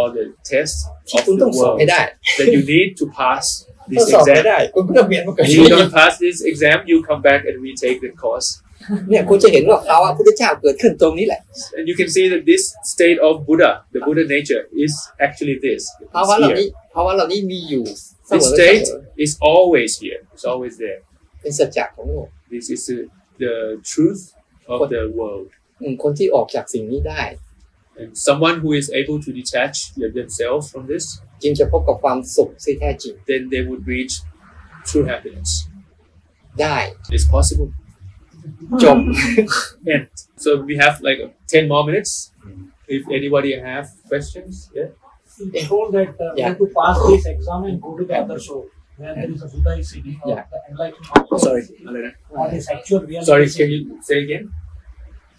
or the test ที่ of คุณ the ต้องสอบ world ให้ได้ that you need to pass ถ้า this สอบไม่ exam. ได้ คุณก็ต้องเรียนมาเกิด If you don't pass this exam, you come back and retake the course. เนี่ยคุณจะเห็นว่าภาวะพุทธเจ้าเกิดขึ้นตรงนี้แหละ And you can see that this state of Buddha, the Buddha nature, is actually this. ภาวะ It's เหล่า here. นี้ภาวะเหล่านี้มีอยู่เสม This อ state is always here. It's always there. เป็นสัจจะของโลก This is the, the truth of the world. อืมคนที่ออกจากสิ่งนี้ได้ And someone who is able to detach themselves from this, จึงจะพบกับความสุขที่แท้จริง then they would reach true happiness. ได้ It's possible. จ บ And so we have like 10 more minutes. If anybody have questions, yeah. It told that uh, Yeah. you have to pass this exam and go to the other shore where there is a Buddha is sitting or Yeah. the enlightened master is Sorry, sitting, Alena. or his actual real Sorry, nature. can you say again?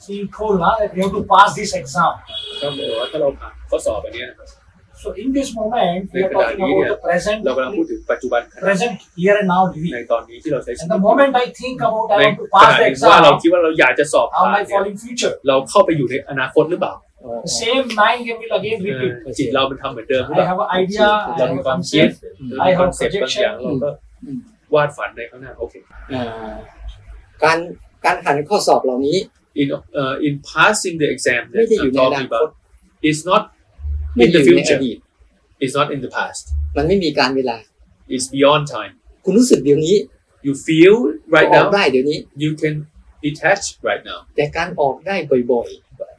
So you told now that you have to pass this exam. ก็เหมือนว่าถ้าเราผ่านข้อสอบอันเนี้ยนะครับ So in this moment, we Like are talking that, yeah. about the present, เรากำลังพูดถึงปัจจุบันขณะ present here and now ใน living. ตอนนี้ที่เราใช้ชีวิ And ต the moment I think about ใน I want to ขณะ pass the ที่ว่าเรา exam, คิดว่าเราอยากจะสอบ how ผ่าน am I เนี่ย falling future? เราเข้าไปอยู่ในอนาคตหรือเปล่า The same mind game will again เออ repeat. จิตเรามันทำเหมือนเดิมหรือเป I ล่า have an idea, I เรา have มี a ความคิด concept. เรามีคอนเซ็ปต์บางอย่างเราก็ อื Mm. ม วาดฝันในข้างหน้าโอเค อ่าการการผ่านข้อสอบเหล่านี้ in uh, in passing the exam ไม่ that ได้อยู่ I'm ในอนา talking ค about ต it's not ไม่ in ได้ the อยู่ในอ future ดีต it's not in the past มันไม่มีการเวลา it's beyond time คุณรู้สึกเดี๋ยวนี้ you feel ก็ right ออ now กได้เดี๋ยวนี้ you can detach right now แต่การออกได้บ่อย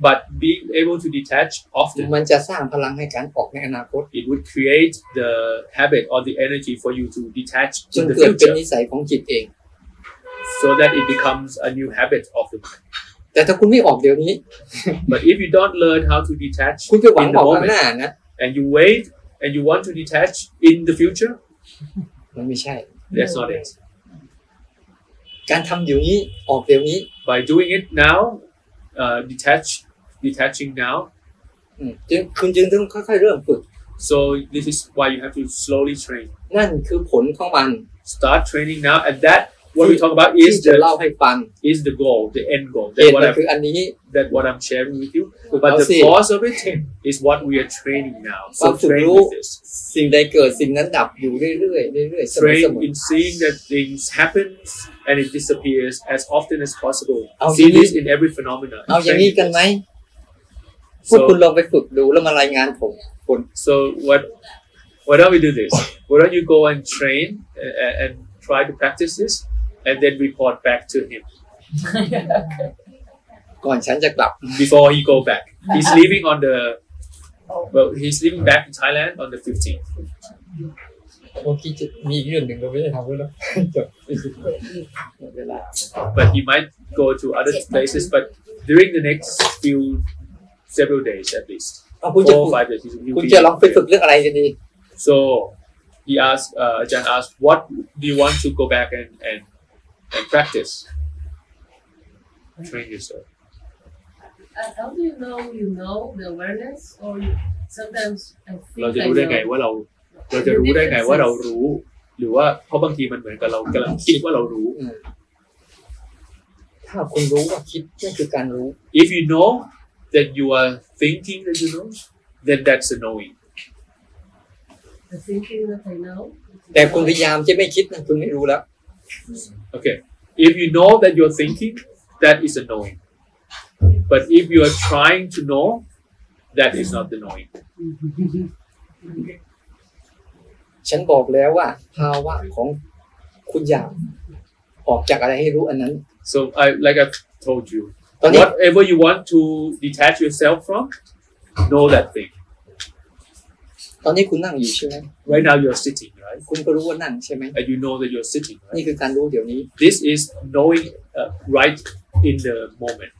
but being able to detach often ๆ มันจะสร้างพลังให้การออกในอนาคต it would create the habit or the energy for you to detach จน in the เกิดเป็น future นิสัยของจิตเอง so that it becomes a new habit of the mind. แต่ถ้าคุณไม่ออกเดี๋ยวนี้ But if you don't learn how to detach คุณไป in หวัง the ออกข้างห moment น้านะ and you wait and you want to detach in the future, มันไม่ใช่ that's not it. การทำเดี๋ยวนี้ออกเดี๋ยวนี้ By doing it now, uh, detach, detaching now. อืมจึงคุณจึงต้องค่อยๆเริ่มฝึก So this is why you have to slowly train. นั่นคือผลของมัน Start training now, and that what we talk about is ที่จะเล่า the ให้ฟัง is the goal, the end goal. เห That ตุ what มัน I'm คืออันนี้ that what I'm sharing with you. ฝึกเอา But สิ the cause of it is what we are training now. So What to train do. with this. สิ่งใดเกิดสิ่งนั้นดับอยู่เรื่อยๆเรื่อยๆเสมอ Train ๆ in seeing that things happen and it disappears as often as possible. Ao See gì? this in every phenomena. เอาอย่าง Train นี้ with กันไหม this. พวกคุณ So, ลองไปฝึกดูแล้วมารายงานผม so what? Why don't we do this? Why don't you go and train and, and try to practice this, and then report back to him ก่อนฉันจะกลับ before he go back. He's leaving on the well. He's leaving back to Thailand on the fifteenth. เมื่อกี้จะมีอีกเรื่องหนึ่งเราไม่ได้ทำด้วยแล้ว จบหมดเวลา but he might go to other places. But during the next few several days, at least เอาคุณ four จะฝึ or ก five days, he'll คุณ be จะลองไปฝึกเรื่องอะไรกันดี So he asked, uh, Ajahn asked, "What do you want to go back and and, and practice? Train yourself." Uh, how do you know you know the awareness or you, sometimes I เรา think จะ I รู้ได้ไง know ว่าเราเราจะรู้ได้ไงว่าเรารู้ หรือว่าเพราะบางทีมันเหมือนกับเรากำลังคิดว่าเรารู้ ถ้าคุณรู้ว่าคิดนั่นคือการรู้ If you know that you are thinking that you know, then that's a knowing. the thinking that I know. แต่คุณพยายามจะไม่คิดนั่นคุณไม่รู้แล้ว Okay. If you know that you're thinking, that is a knowing. But if you are trying to know, that is not the knowing. ฉันบอกแล้วว่า ภาวะของคุณอยากออกจากอะไรให้รู้อันนั้น So I like I've told you, ตอนนี้ whatever you want to detach yourself from, know that thing. ตอนนี้คุณนั่งอยู่ใช่ไหม Right now you're sitting, right? คุณก็รู้ว่านั่งใช่ไหม And you know that you're sitting, นี่ right? คือการรู้เดี๋ยวนี้ This is knowing uh, right in the moment.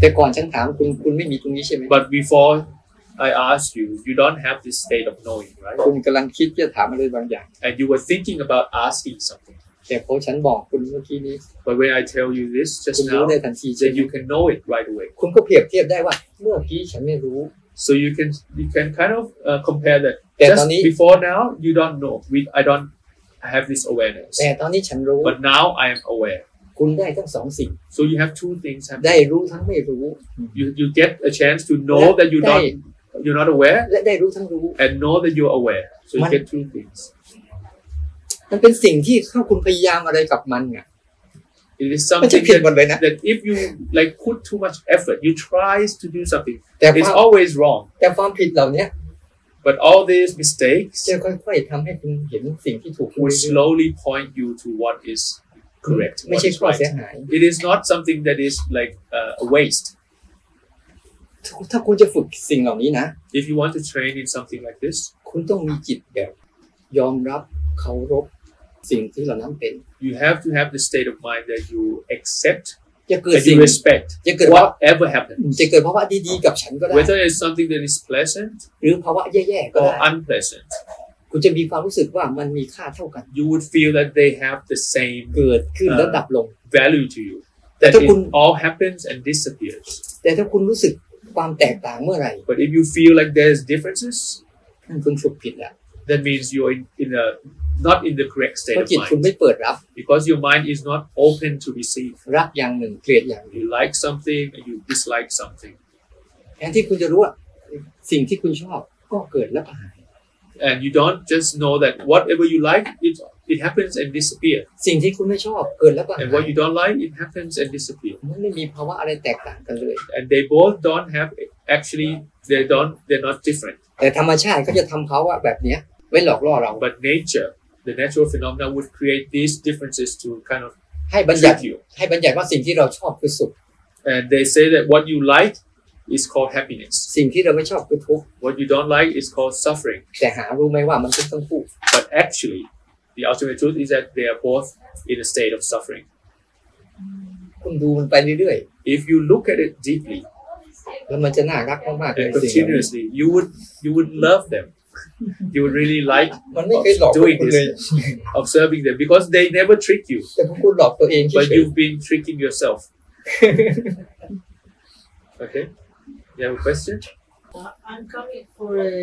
แต่ก่อนฉันถามคุณคุณไม่มีตรงนี้ใช่ไหม But before I asked you, you don't have this state of knowing, right? คุณกำลังคิดจะถามอะไรบางอย่าง And you were thinking about asking something. แต่พอฉันบอกคุณเมื่อกี้นี้ But when I tell you this คุ just ณรู้ now, ได้ทันทีใช่ then ไหม you can know it right away. คุณก็เปรียบเทียบได้ว่า เมื่อกี้ฉันไม่รู้ So you can you can kind of uh, compare that. แต่ตอน Just นี้ before now, you don't know. We, I don't have this awareness. แต่ตอนนี้ฉันรู้ But now I am aware. คุณได้ทั้งสองสิ่ง So you have two things happening. ได้รู้ทั้งไม่รู้ You, you get a chance to know that you're not you're not aware และได้รู้ทั้งรู้ and know that you're aware. So you One- get two things. มันเป็นสิ่งที่ถ้าคุณพยายามอะไรกับมันอ่ะ It is มันจะ something ผิดหม that, ดเลยนะ that if you like put too much effort, you tries to do something, แต่ค it's วาม always wrong. แต่ความผิดเหล่านี้ But all these mistakes จะค่อยๆทำให้คุณเห็นสิ่งที่ถูกคุณ will slowly point you to what is correct, ไม่ what ใช่ Mm. is ข้อ right. เสียหาย It is not something that is like uh, a waste. ถ้าคุณจะฝึกสิ่งเหล่านี้นะ If you want to train in something like this, คุณต้องมีจิตแบบ ยอมรับเคารพสิ่งที่เหล่านั้นเป็น you have to have the state of mind that you accept จะเกิด that สิ่ง you respect จะเกิดว่า whatever happens. จะเกิดภาวะดีๆกับฉันก็ได้ Whether it's something that is pleasant หรือภาวะแย่ๆก็ or ได้ unpleasant, คุณจะมีความรู้สึกว่ามันมีค่าเท่ากัน you would feel that they have the same เกิดขึ้น เออ แล้วดับลง value to you. แต่ That ถ้าคุณ it all happens and disappears. แต่ถ้าคุณรู้สึกความแตกต่างเมื่อไหร่ But if you feel like there's differences, นั่นคุณฝึกผิดแล้ว that means you're in, in a not in the correct เพ state ราะ of จิตคุณ mind ไม่เปิดรับ because your mind is not open to receive. รักอย่างหนึ่งเกลียดอย่างหนึ่ง You like something and you dislike something, แทนที่คุณจะรู้ว่าสิ่งที่คุณชอบก็เกิดแล้วก็หาย and you don't just know that whatever you like, it it happens and disappears, สิ่งที่คุณไม่ชอบเกิดแล้วก็หาย and what you don't like, it happens and disappears. มันไม่มีภาวะอะไรแตกต่างกันเลย and they both don't have actually they don't they're not different แต่ธรรมชาติก็จะทำภาวะแบบเนี้ยไว้หลอกล่อเรา but nature the natural phenomena would create these differences to kind of ให้บัญญัติ trick you ให้บัญญัติว่าสิ่งที่เราชอบคือสุข and they say that what you like is called happiness สิ่งที่เราไม่ชอบคือทุกข์ what you don't like is called suffering แต่หารู้ไหมว่ามันทุกข์ทั้งคู่ but actually the ultimate truth is that they are both in a state of suffering คุณดูมันไปเรื่อย if you look at it deeply ๆ แล้วมันจะน่ารักมากๆเลย and สิ่งเหล่านี้ continuously you would you would love them you would really like มันไม่เคยหลอกพวก doing คุณเลย this observing them because they never trick you แต่พวกคุณหลอกตัวเองเฉ but ย you've been tricking yourself Okay. You have a question? Uh, I'm coming for a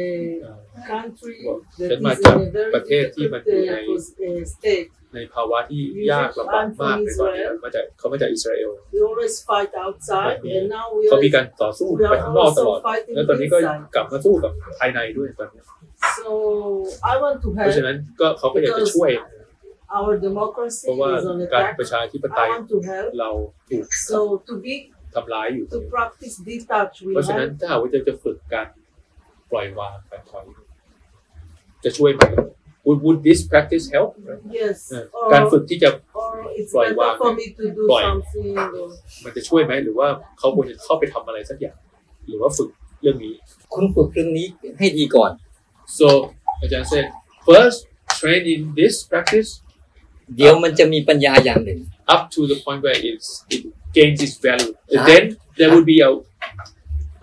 Uh, country Well, that that might is in a very but here, difficult even in a- uh, pos- uh, state. ในภาวะที่ยากลำบากมากในตอนนี้มาจากเขามาจากอิสราเอล We always fight outside, Yeah. and now we เขา are, มีการต่อสู้ we ไป are ข้างนอกตลอด also fighting แล้วตอนนี้ก็ inside. กลับมาสู้กับภายในด้วยตอนนี้ So I want to เพราะฉะ have นั้นก็เขาก็อยากจะช่วย our เพ democracy ราะว่า is on การ attack. ประชาธิป I ไตย want to help. เราถูก So to be ทำร้ายอยู่ to practice detach, เพ we ราะฉะนั้น have ถ้าหากว่าจะจะฝึกการปล่อยวางการถอยจะช่วยไหม Would would this practice help yes. เออการ Or, ฝึกที่จะ or it's Right, better wow. for me to do Right. something. Or, มันจะช่วยไหมหรือว่าเขาควรจะเข้าไปทำอะไรสักอย่าง หรือว่าฝึกเรื่องนี้ ๆ คุณฝึกเรื่องนี้ให้ดีก่อน so อาจารย์ said first train in this practice เดี๋ยวมันจะมีปัญญาอย่างหนึ่ง up to the point where it's it gains its value And then there will be a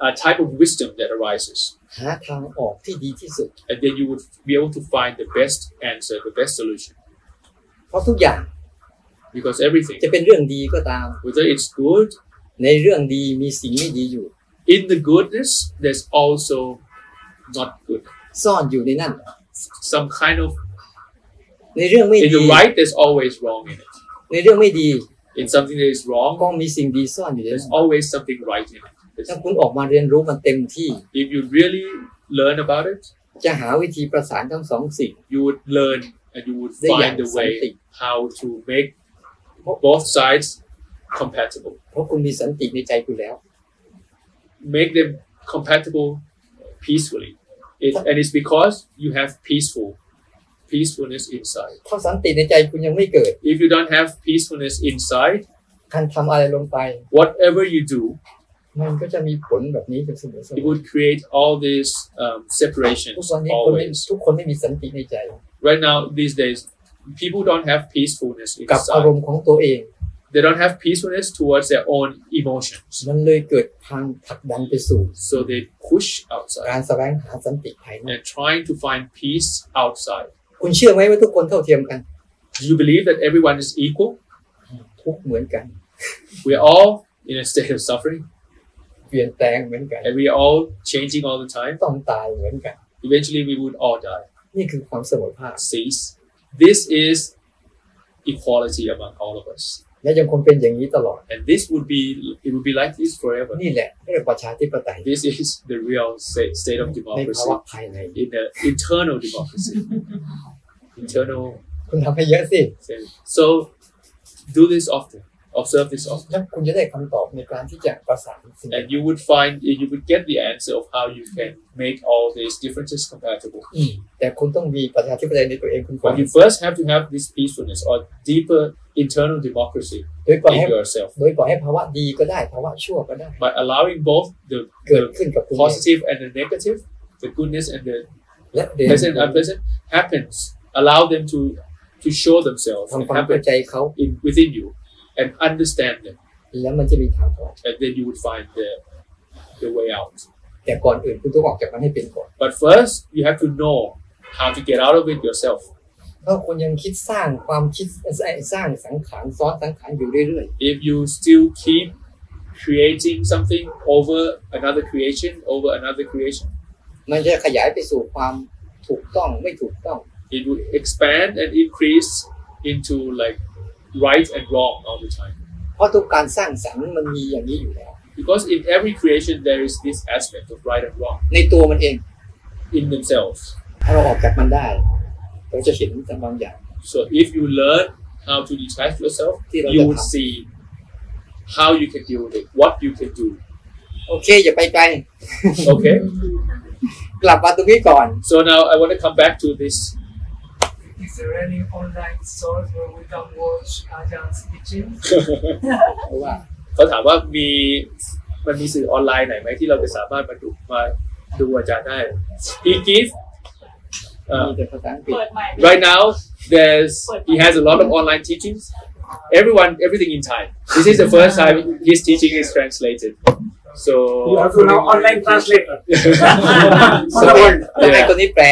a type of wisdom that arises หาทางออกที่ดีที่สุด and then you would be able to find the best answer the best solution เพราะทุกอย่าง because everything จะเป็นเรื่องดีก็ตาม whether it's good ในเรื่องดีมีสิ่งไม่ดีอยู่ in the goodness there's also not good ซ่อนอยู่ในนั่น some kind of ในเรื่องไม่ in ดี the right there's always wrong in it ในเรื่องไม่ดี in something that is wrong ก็มีสิ่งดีซ่อนอยู่ใน there's นั้น always something right in it. It's- ถ้าคุณออกมาเรียนรู้มันเต็มที่ if you really learn about it, จะหาวิธีประสานทั้งสองสิ่ง you would learn and you would ได้อย่าง find a สัน way ติ how to make both sides compatible, เพราะคุณมีสันติในใจคุณแล้ว make them compatible peacefully. It, and it's because you have peaceful peacefulness inside. ถ้าสันติในใจคุณยังไม่เกิด If you don't have peacefulness inside, การทำอะไรลงไป whatever you do, มันก็จะมีผลแบบนี้อยู่เสมอ it would create all these um, ๆทุก separations วันนี้คนไม่ always. ทุกคนไม่มีสันติในใจ Right now, these days, people don't have peacefulness กับอา inside. รมณ์ของตัวเอง they don't have peacefulness towards their own emotions. มันเลยเกิดทางผลักดันไปสู่ So they push กา outside รแสวงหาสันติภายนอก and trying to find peace outside. คุณเชื่อไหมว่าทุกคนเท่าเทียมกัน Do you believe that everyone is equal? ทุกข์เหมือนกัน We are all in a state of suffering เปลี่ยนแปลงเหมือนกัน and we are all changing all the time. ต้องตายเหมือนกัน Eventually, we would all die. นี่คือความเสมอภาค Cease. This is equality among all of us. และยังคงเป็นอย่างนี้ตลอด And this would be, it would be like this forever. นี่แหละเรียกประชาธิปไตย This is the real state, state of ใน democracy ภาวะภายใน in the internal democracy. internal คุณทำให้เยอะสิ Same. So do this often. Observe this often. แล้วคุณจะได้คำตอบในการที่จะประสานสิ่ง And you would find you would get the answer of how you can make all these differences compatible. อืมแต่คุณต้องมีประชาธิปไตยในตัวเองคุณก่อน But you first have to have this peacefulness or deeper internal democracy โดยปล่อยให้ in yourself. โดยปล่อยให้ภาวะดีก็ได้ ภาวะชั่วก็ได้ By allowing both the, เกิด the ขึ้นกับคุณเอง positive and the negative, the goodness and the และเรียน pleasant and unpleasant happens. Allow them to to show themselves ทำ and ความเข้า happen ใจเขา in within you and understand them. แล้วมันจะมีทางออก And then you would find the the way out. แต่ก่อนอื่นคุณต้องออกจากมันให้เป็นก่อน But first, you have to know how to get out of it yourself. ถ้าคุณยังคิดสร้างความคิดสร้างสังขารซ้อนสังขารอยู่เรื่อย If you still keep creating something over another creation, over another creation, ๆ มันจะขยายไปสู่ความถูกต้องไม่ถูกต้อง it will expand and increase into like right and wrong all the time. เพราะทุกการสร้างสรรค์มันมีอย่างนี้อยู่แล้ว Because in every creation, there is this aspect of right and wrong ในตัวมันเอง in themselves. ถ้าเราออกจากมันได้ เราจะเห็นบางอย่าง So if you learn how to detach yourself, Thì nó you sẽ will thẳng. see how you can deal with it, what you can do. โอเค อย่าไปไกล Okay? กลับมาตรงนี้ก่อน so now I want to come back to this Is there any online source where we can watch Ajahn's teaching? เพราะว่า เขาถามว่ามีมันมีสื่อออนไลน์ไหนไหมที่เราจะสามารถมาดูมาดูอาจารย์ได้ He gives มี uh, แต่ภาษาอังกฤษ right now there's he has a lot of online teachings everyone everything in Thai this is the first time his teaching is translated so You have to now online translator. So ต้องให้คนนี้แปล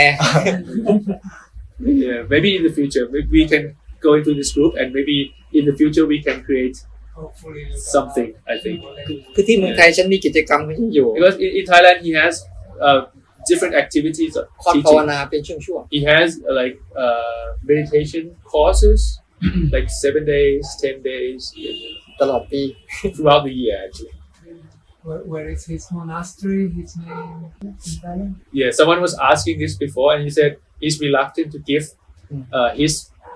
yeah, maybe in the future maybe we can go into this group and maybe in the future we can create Hopefully, you can something I think คือที่เมืองไทยฉันมีกิจกรรมให้ฉันอยู่ because in, in Thailand he has uh, different activities of คอนภาว teaching นาเป็นช่วง he has uh, like uh, meditation courses like seven days ten days ๆ ตลอดปี throughout the year actually Where, where is his monastery? His name? yeah someone was asking this before and he said he's reluctant to give uh, his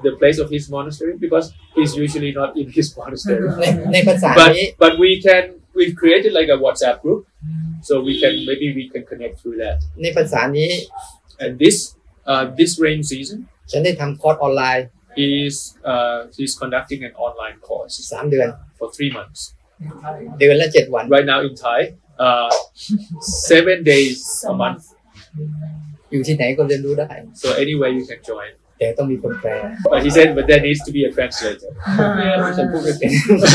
the place of his monastery because he's usually not in his monastery ในในภาษา but นี้ but we can we've created like a whatsapp group so we can maybe we can connect through that ในภาษานี้ and this uh, this rain season ฉันได้ทำคอร์สออนไลน์ is uh, he's conducting an online course สามเดือน for three months In Thai. เดือนละเจ็ดวัน right now in Thai, uh, seven days a month. อยู่ที่ไหนก็เรียนรู้ได้ So anywhere you can join. แต่ต้องมีคนแปล But he said, but there needs to be a translator. ฉันพูดไม่เป็น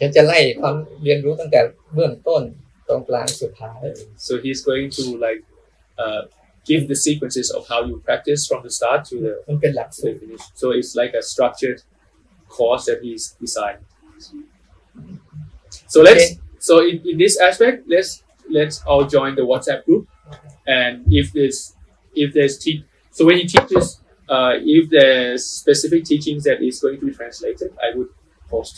ฉันจะไล่ความเรียนรู้ตั้งแต่เบื้องต้นตรงกลางสุดท้าย so he's going to like uh, give the sequences of how you practice from the start to the, มันเป็นหลัก to สูต the ร finish. So it's like a structured course that he's designed. So let's so in, in this aspect, let's let's all join the WhatsApp group. and if there's if there's te- so when he teaches uh, if there's specific teachings that is going to be translated i would post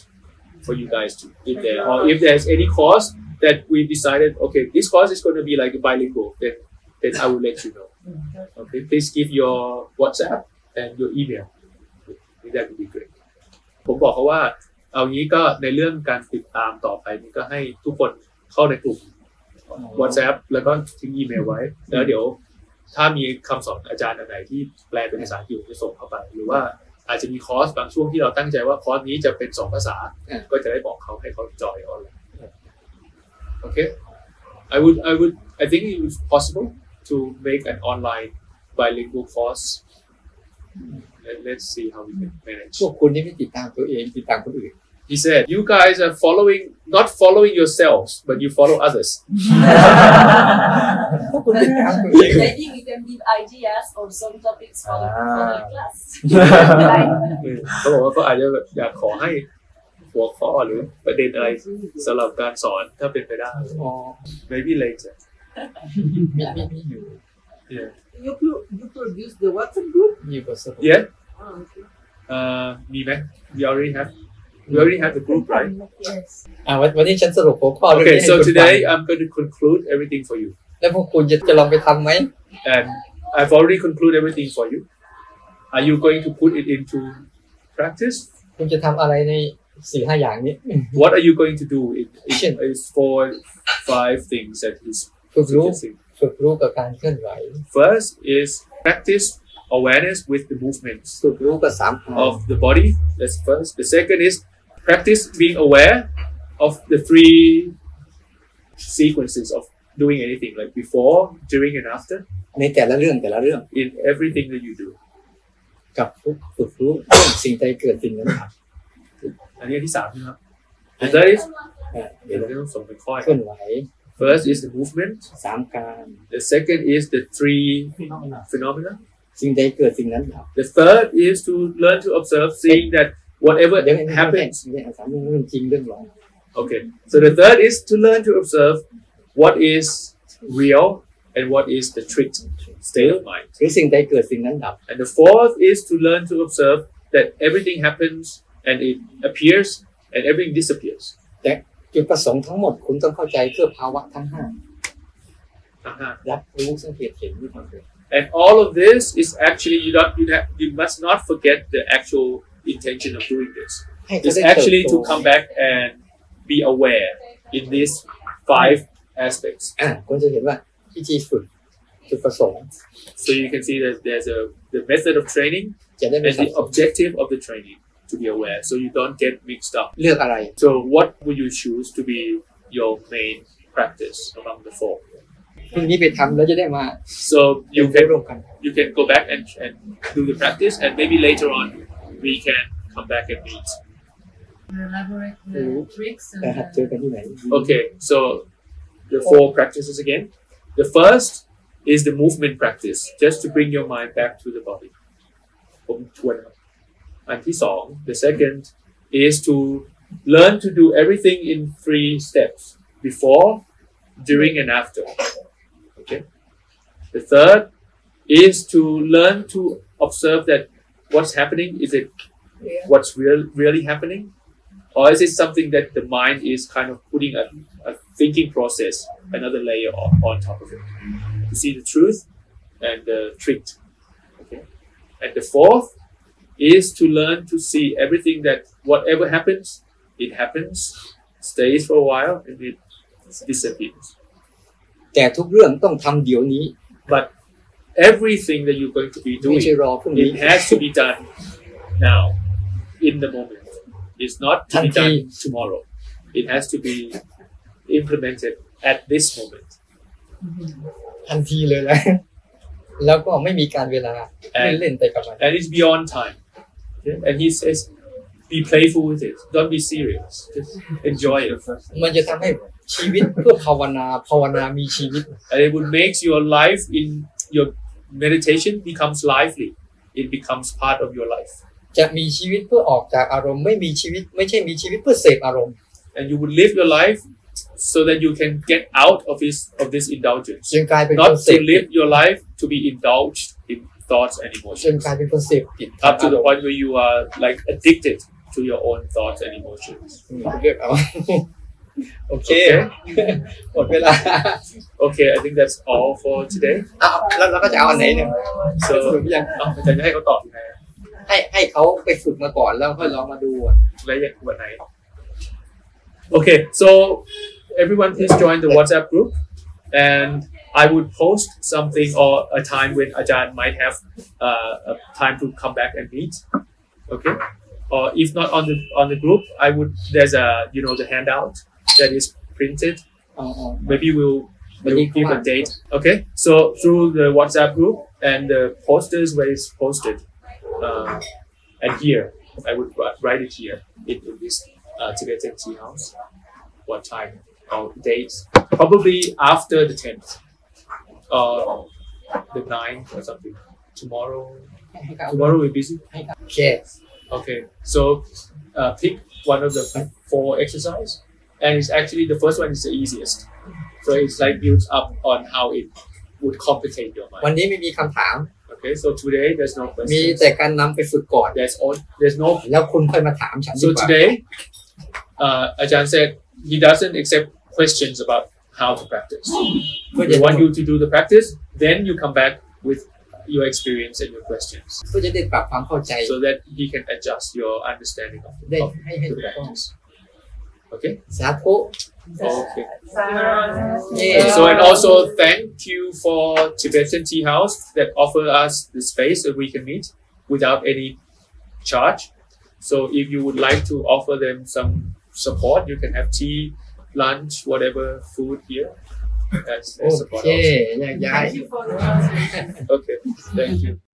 for you guys to get there or if there's any course that we decided okay this course is going to be like bilingual then then i will let you know okay please give your whatsapp and your email that would be great ผมบอกเขาว่าเอางี้ก็ในเรื่องการติดตามต่อไปนี่ก็ให้ทุกคนเข้าในกลุ่ม WhatsApp แล้วก็ทิ้งอีเมลไว้ แล้วเดี๋ยว ถ้ามีคำสอนอาจารย์อันไหนที่แปลเป็นภาษาอังกฤษจะส่งเข้าไป หรือว่าอาจจะมีคอร์สบางช่วงที่เราตั้งใจว่าคอร์สนี้จะเป็นสองภาษา อ่ะ ก็จะได้บอกเขาให้เขาจอยออนไลน์โอเค I would I would I think it is possible to make an online bilingual course Let, let's see how we can manage. พวกคุณนี่ไม่ติดตามตัวเองติดตามคนอื่น He said, You guys are following, not following yourselves, but you follow others. พวกคุณติดตาม คนอื่น Maybe we can give ideas or some topics for, Ah. for the class. เขาบอกว่าเขาอาจจะแบบอยากขอให้หัวข้อหรือประเด็นอะไรสำหรับการสอนถ้าเป็นไปได้ อ๋อ Maybe later. มีมีมีอยู่ Yeah. You, pro- you produce the WhatsApp group? มีบทสรุป Yeah? Oh, okay. Uh, me, Mac? We already have. We already have the group, right? Yes. อ่าวันวันนี้ฉันสรุปหัวข้อเรื่อง Okay, นี้ให้ so คุณฟัง today I'm going to conclude everything for you. แล้วพวกคุณจะจะลองไปทำไหม And I've already concluded everything for you. Are you going to put it into practice? คุณจะทำอะไรในสี่ห้าอย่างนี้ What are you going to do? It, it Action. is four, five things that he's ฝึกรู้ suggesting. ฝึกรู้กับการเคลื่อนไหว First is practice awareness with the movements ฝึกรู้กับสามอ of the body. That's first. The second is practice being aware of the three sequences of doing anything, like before, during, and after, ในแต่ละเรื่องแต่ละเรื่อง in everything that you do. กับฝึกรู้เรื่องสิ่งใดเกิดสิ่งนั้นดับ อันนี้ที่สามใช่ไหมครับ The third is อ่ะเดี๋ยวนะเคลื่อ เดี๋ยวเราต้องส่งไปค่อย นไหว First is the movement. สามการ The second is the three Phenomena. phenomena. สิ่งใดเกิดสิ่งนั้นดับ The third is to learn to observe, seeing that whatever เดี๋ยวไม่ไม่ไม่ happens. ไม่เอาสามเรื่องจริงเรื่องหลอก Okay. So the third is to learn to observe what is real and what is the tricked state of mind. หรือสิ่งใดเกิดสิ่งนั้นดับ And the fourth is to learn to observe that everything happens and it appears and everything disappears. จุดประสงค์ทั้งหมดคุณต้องเข้าใจเพื่อภาวะทั้งห้า Uh-huh. รับรู้สังเกตเห็นด้วยความเร็ว And all of this is actually you not you, ha- you must not forget the actual intention of doing this. ให้เขา It's ได้เติบ actually โต to come back and be aware in these five aspects. อ่ะคุณจะเห็นว่าวิธีฝึกจุดประสงค์ So you can see that there's a the method of training จะได้ and ไม่สับ the objective of the training to be aware, so you don't get mixed up. เลือกอะไร So what would you choose to be your main practice among the four? พรุ่งนี้ไปทำแล้วจะได้มา So เรีย you นรู้ can ร่วมกัน you can go back and, and do the practice and maybe later on we can come back and meet Elaborate the Mhm. tricks แต่ and หากเจ the- อกันที่ไหน okay so the four practices again the first is the movement practice just to bring your mind back to the body ผมทวนครับ. and the second is to learn to do everything in three steps before during and after okay the third is to learn to observe that what's happening is it what's real, really happening? Or is it something that the mind is kind of putting a, a thinking process, another layer on, on top of it? To see the truth and the tricked. Okay. And the fourth is to learn to see everything that whatever happens, it happens, stays for a while, and it disappears. แต่ทุกเรื่องต้องทำเดี๋ยวนี้ Everything that you're going to be ไม่ doing ใช่รอพรุ่งนี้ It has to be done now, in the moment. It's not to be Tanti. done tomorrow. It has to be implemented at this moment. ทันทีเลยนะ แล้วก็ไม่มีการเวลาไม่เล่นไปกับมัน And it's beyond time. Okay? And he says, be playful with it. Don't be serious. Just enjoy it. มันจะทำให้ชีวิตเพื่อภาวนา ภาวนามีชีวิต And it would make your life in your meditation becomes lively. It becomes part of your life. จะมีชีวิตเพื่อออกจากอารมณ์ ไม่มีชีวิต ไม่ใช่มีชีวิตเพื่อเสพอารมณ์ And you would live your life so that you can get out of this of this indulgence. จนกลายเป็นคน not เส to พติด live your life to be indulged in thoughts and จน emotions กลายเป็นคนเสพติด up to the point where you are like addicted to your own thoughts and emotions อืมเลือกเอา โอเค หมดเวลา okay i think that's all for today อ้าวแล้วเราก็จะเอาอันไหนเนี่ย so สรุปยัง เอ้าอาจารย์จะให้เขาตอบยังไงอะ ให้ให้เขาไปฝึกมาก่อนแล้วค่อยลองมาดูอะ และยังวันไหน okay so everyone please join the whatsapp group and I would post something or a time when Ajahn might have uh, a time to come back and meet okay or if not on the on the group i would there's a you know the handout that is printed เอาเอา maybe we'll But we'll you give a can't. date okay so through the whatsapp group and the posters where it's posted uh, and here I would wri- write it here in, in this uh, Tibetan tea house. What time or date? Probably after the tenth, uh, the 9th or something. Tomorrow, tomorrow we're busy. โอเค Okay, so uh, pick one of the four exercise, and it's actually the first one is the easiest. So it's like builds up on how it would complicate your วัน mind. นี้ไม่มีคำถาม Okay, so today there's no มี questions. แต่การนำไปฝึกก่อน There's all there's no. แล้วคุณค่อยมาถามฉันดี So กว่า today, uh, Ajahn said he doesn't accept questions about how to practice. เพื่อ We จะ want you to do the practice, then you come back with your experience and your questions, เพื่อจะได้ปรับความเข้าใจ so that he can adjust your understanding of ได้ the, of ให้ให้ the practice. Okay. สาธุ Okay. Yeah. So and also thank you for Tibetan Tea House that offer us the space that we can meet without any charge. So if you would like to offer them some support, you can have tea, lunch, whatever food here. That's, โอ that's support. เคแยกย้าย Thank you for the answer. Okay. Thank you.